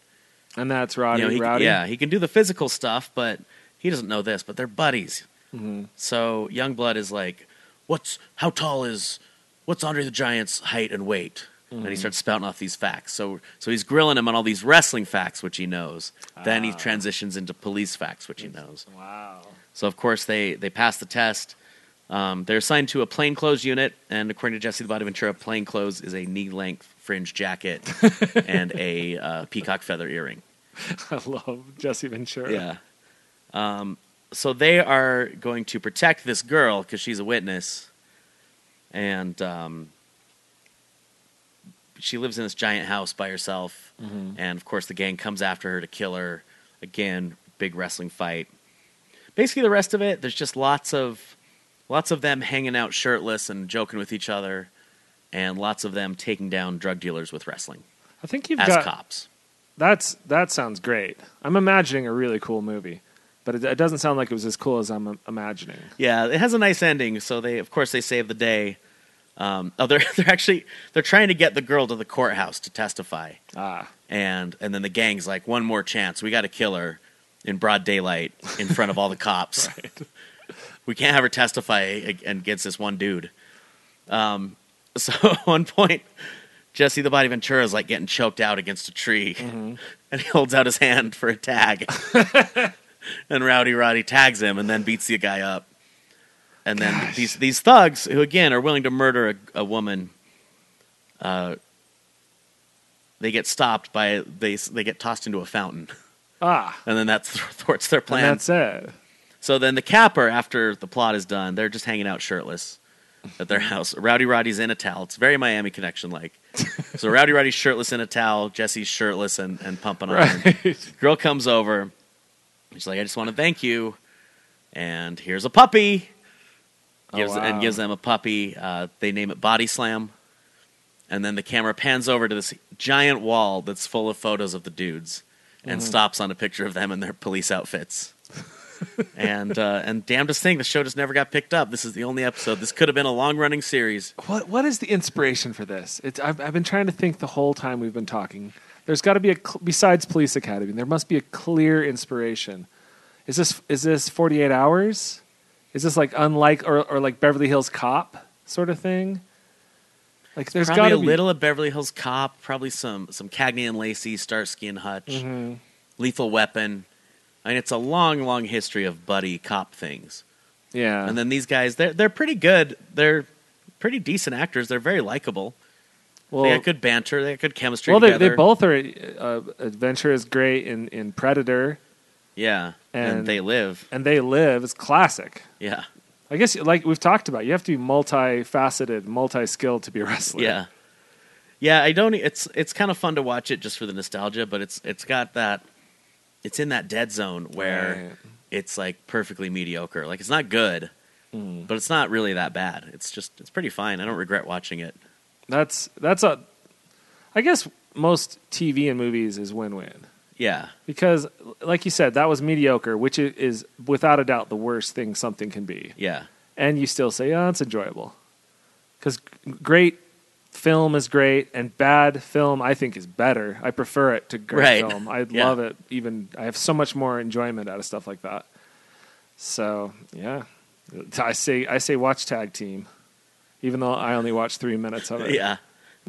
[SPEAKER 9] and that's Roddy
[SPEAKER 8] You know, he-
[SPEAKER 9] Rowdy.
[SPEAKER 8] Yeah, he can do the physical stuff, but he doesn't know this. But they're buddies. So Youngblood is like, "What's how tall is what's Andre the Giant's height and weight?" And he starts spouting off these facts. So so he's grilling him on all these wrestling facts, which he knows. Then he transitions into police facts, which he knows.
[SPEAKER 9] Wow. <laughs>
[SPEAKER 8] So of course they they pass the test. Um, they're assigned to a plainclothes unit, and according to Jesse the Body Ventura, plainclothes is a knee-length fringe jacket and a uh, peacock feather earring.
[SPEAKER 9] I love Jesse Ventura.
[SPEAKER 8] Yeah. Um, so they are going to protect this girl because she's a witness, and um, she lives in this giant house by herself. And of course, the gang comes after her to kill her. Again, big wrestling fight. Basically, the rest of it, there's just lots of lots of them hanging out shirtless and joking with each other, and lots of them taking down drug dealers with wrestling
[SPEAKER 9] I think you've
[SPEAKER 8] as
[SPEAKER 9] got
[SPEAKER 8] cops.
[SPEAKER 9] that's that sounds great. I'm imagining a really cool movie, but it, it doesn't sound like it was as cool as I'm im- imagining.
[SPEAKER 8] Yeah, it has a nice ending. So they, of course, they save the day. Um, oh, they're <laughs> they're actually they're trying to get the girl to the courthouse to testify,
[SPEAKER 9] Ah,
[SPEAKER 8] and and then the gang's like, one more chance, we got to kill her in broad daylight in front of all the cops. We can't have her testify ag- against this one dude. Um, so <laughs> at one point, Jesse the Body Ventura is like getting choked out against a tree, and he holds out his hand for a tag, and Rowdy Roddy tags him and then beats the guy up. and then these these thugs who again are willing to murder a, a woman, uh, they get stopped by they s- they get tossed into a fountain, <laughs>
[SPEAKER 9] Ah,
[SPEAKER 8] and then that <laughs> th- thwarts their
[SPEAKER 9] and
[SPEAKER 8] plans.
[SPEAKER 9] that's it.
[SPEAKER 8] So then the capper, after the plot is done, they're just hanging out shirtless at their house. Rowdy Roddy's in a towel. It's very Miami Connection
[SPEAKER 9] <laughs>
[SPEAKER 8] like. so Rowdy Roddy's shirtless in a towel. Jesse's shirtless and, and pumping iron.
[SPEAKER 9] Right.
[SPEAKER 8] <laughs> Girl comes over. She's like, I just want to thank you. And here's a puppy.
[SPEAKER 9] Oh,
[SPEAKER 8] Gives, And
[SPEAKER 9] wow.
[SPEAKER 8] gives them a puppy. Uh, they name it Body Slam. And then the camera pans over to this giant wall that's full of photos of the dudes and
[SPEAKER 9] Mm-hmm.
[SPEAKER 8] stops on a picture of them in their police outfits. and uh, and damnedest thing, the show just never got picked up. This is the only episode. This could have been a long running series.
[SPEAKER 9] What what is the inspiration for this? It's, I've, I've been trying to think the whole time we've been talking. There's got to be a cl- besides Police Academy. There must be a clear inspiration. Is this is this 48 hours? Is this like unlike or or like Beverly Hills Cop sort of thing? Like there's got
[SPEAKER 8] probably
[SPEAKER 9] to
[SPEAKER 8] a
[SPEAKER 9] be
[SPEAKER 8] little of Beverly Hills Cop, probably some some Cagney and Lacey, Starsky and Hutch,
[SPEAKER 9] Mm-hmm.
[SPEAKER 8] Lethal Weapon. I mean, it's a long, long history of buddy cop things.
[SPEAKER 9] yeah.
[SPEAKER 8] And then these guys, they're they're pretty good. They're pretty decent actors. They're very likable.
[SPEAKER 9] well,
[SPEAKER 8] they got good banter. They got good chemistry.
[SPEAKER 9] well they,
[SPEAKER 8] together.
[SPEAKER 9] they both are. Uh, Adventure is great in in Predator,
[SPEAKER 8] yeah, and,
[SPEAKER 9] and-
[SPEAKER 8] they live.
[SPEAKER 9] and they live is classic.
[SPEAKER 8] Yeah,
[SPEAKER 9] I guess like we've talked about, you have to be multifaceted, multi-skilled to be a wrestler.
[SPEAKER 8] yeah, yeah. I don't. e, It's it's kind of fun to watch it just for the nostalgia, but it's it's got that. It's in that dead zone where.
[SPEAKER 9] Right.
[SPEAKER 8] it's like perfectly mediocre. Like it's not good, but it's not really that bad. It's just it's pretty fine. I don't regret watching it.
[SPEAKER 9] That's that's a. I guess most TV and movies is win-win
[SPEAKER 8] Yeah,
[SPEAKER 9] because, like you said, that was mediocre, which i- is without a doubt the worst thing something can be,
[SPEAKER 8] yeah,
[SPEAKER 9] and you still say, "Oh, it's enjoyable," because great film is great, and bad film I think is better. I prefer it to great
[SPEAKER 8] Right.
[SPEAKER 9] film. I
[SPEAKER 8] <laughs> Yeah.
[SPEAKER 9] love it. Even I have so much more enjoyment out of stuff like that. So yeah, I say I say watch Tag Team, even though I only watched three minutes of it.
[SPEAKER 8] yeah.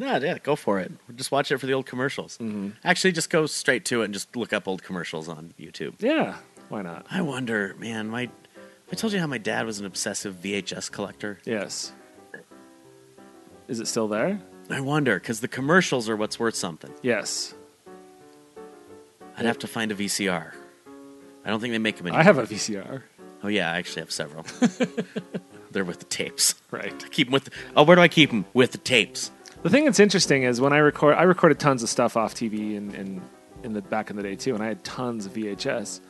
[SPEAKER 8] No, yeah, go for it. Just watch it for the old commercials. Actually, just go straight to it and just look up old commercials on YouTube.
[SPEAKER 9] Yeah, why not?
[SPEAKER 8] I wonder, man. My I told you how my dad was an obsessive VHS collector.
[SPEAKER 9] Yes. Is it still there?
[SPEAKER 8] I wonder because the commercials are what's worth something.
[SPEAKER 9] Yes.
[SPEAKER 8] I'd have to find a VCR. I don't think they make them anymore.
[SPEAKER 9] I have a VCR.
[SPEAKER 8] oh yeah, I actually have several. <laughs> They're with the tapes.
[SPEAKER 9] Right.
[SPEAKER 8] keep them with. oh, where do I keep them? With the tapes.
[SPEAKER 9] The thing that's interesting is when I record, I recorded tons of stuff off TV and, and in the back in the day too, and I had tons of VHS,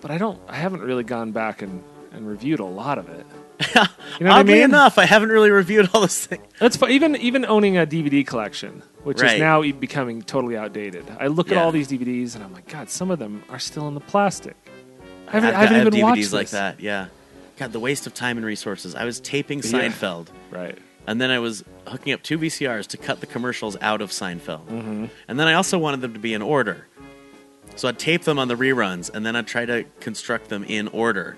[SPEAKER 9] but I don't, I haven't really gone back and, and reviewed a lot
[SPEAKER 8] <laughs>
[SPEAKER 9] of it. You know what
[SPEAKER 8] Oddly
[SPEAKER 9] I mean?
[SPEAKER 8] enough, I haven't really reviewed all this thing.
[SPEAKER 9] That's fu- even even owning a DVD collection, which
[SPEAKER 8] Right.
[SPEAKER 9] is now e- becoming totally outdated. I look at
[SPEAKER 8] Yeah.
[SPEAKER 9] all these DVDs and I'm like, God, some of them are still in the plastic. I
[SPEAKER 8] I've
[SPEAKER 9] haven't, I
[SPEAKER 8] got-
[SPEAKER 9] haven't
[SPEAKER 8] I have
[SPEAKER 9] even
[SPEAKER 8] DVDs
[SPEAKER 9] watched
[SPEAKER 8] like
[SPEAKER 9] this.
[SPEAKER 8] that. Yeah. God, the waste of time and resources. I was taping
[SPEAKER 9] Yeah.
[SPEAKER 8] Seinfeld,
[SPEAKER 9] Right.
[SPEAKER 8] and then I was hooking up two VCRs to cut the commercials out of Seinfeld,
[SPEAKER 9] Mm-hmm.
[SPEAKER 8] and then I also wanted them to be in order. So I'd tape them on the reruns, and then I'd try to construct them in order.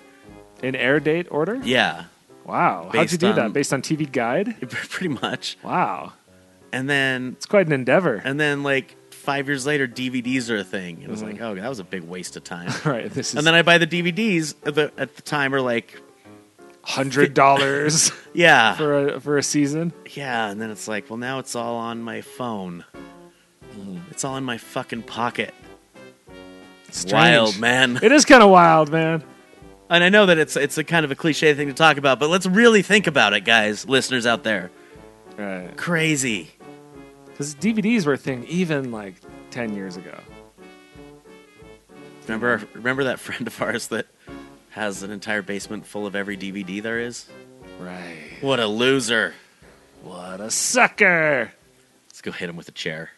[SPEAKER 9] In air date order?
[SPEAKER 8] Yeah, <laughs>
[SPEAKER 9] Wow. How'd you
[SPEAKER 8] Based
[SPEAKER 9] do
[SPEAKER 8] on-
[SPEAKER 9] that? Based on TV guide?
[SPEAKER 8] pretty much.
[SPEAKER 9] Wow.
[SPEAKER 8] And then,
[SPEAKER 9] It's quite an endeavor.
[SPEAKER 8] <laughs> and then, like five years later, DVDs are a thing. And It was
[SPEAKER 9] Mm.
[SPEAKER 8] like, oh, that was a big waste of time. <laughs>
[SPEAKER 9] right. This is
[SPEAKER 8] and then I buy the DVDs at uh, the, at the time are like,
[SPEAKER 9] hundred dollars
[SPEAKER 8] yeah,
[SPEAKER 9] for a for a season.
[SPEAKER 8] yeah. And then it's like, well, now it's all on my phone.
[SPEAKER 9] Mm.
[SPEAKER 8] It's all in my fucking pocket.
[SPEAKER 9] Strange.
[SPEAKER 8] Wild man.
[SPEAKER 9] It is kind of wild, man.
[SPEAKER 8] And I know that it's it's a kind of a cliche thing to talk about, but let's really think about it, guys, listeners out there.
[SPEAKER 9] Right.
[SPEAKER 8] Crazy.
[SPEAKER 9] Because DVDs were a thing even like ten years ago.
[SPEAKER 8] Remember remember that <laughs> friend of ours that has an entire basement full of every DVD there is?
[SPEAKER 9] Right.
[SPEAKER 8] What a loser.
[SPEAKER 9] What a sucker!
[SPEAKER 8] Let's go hit him with a chair.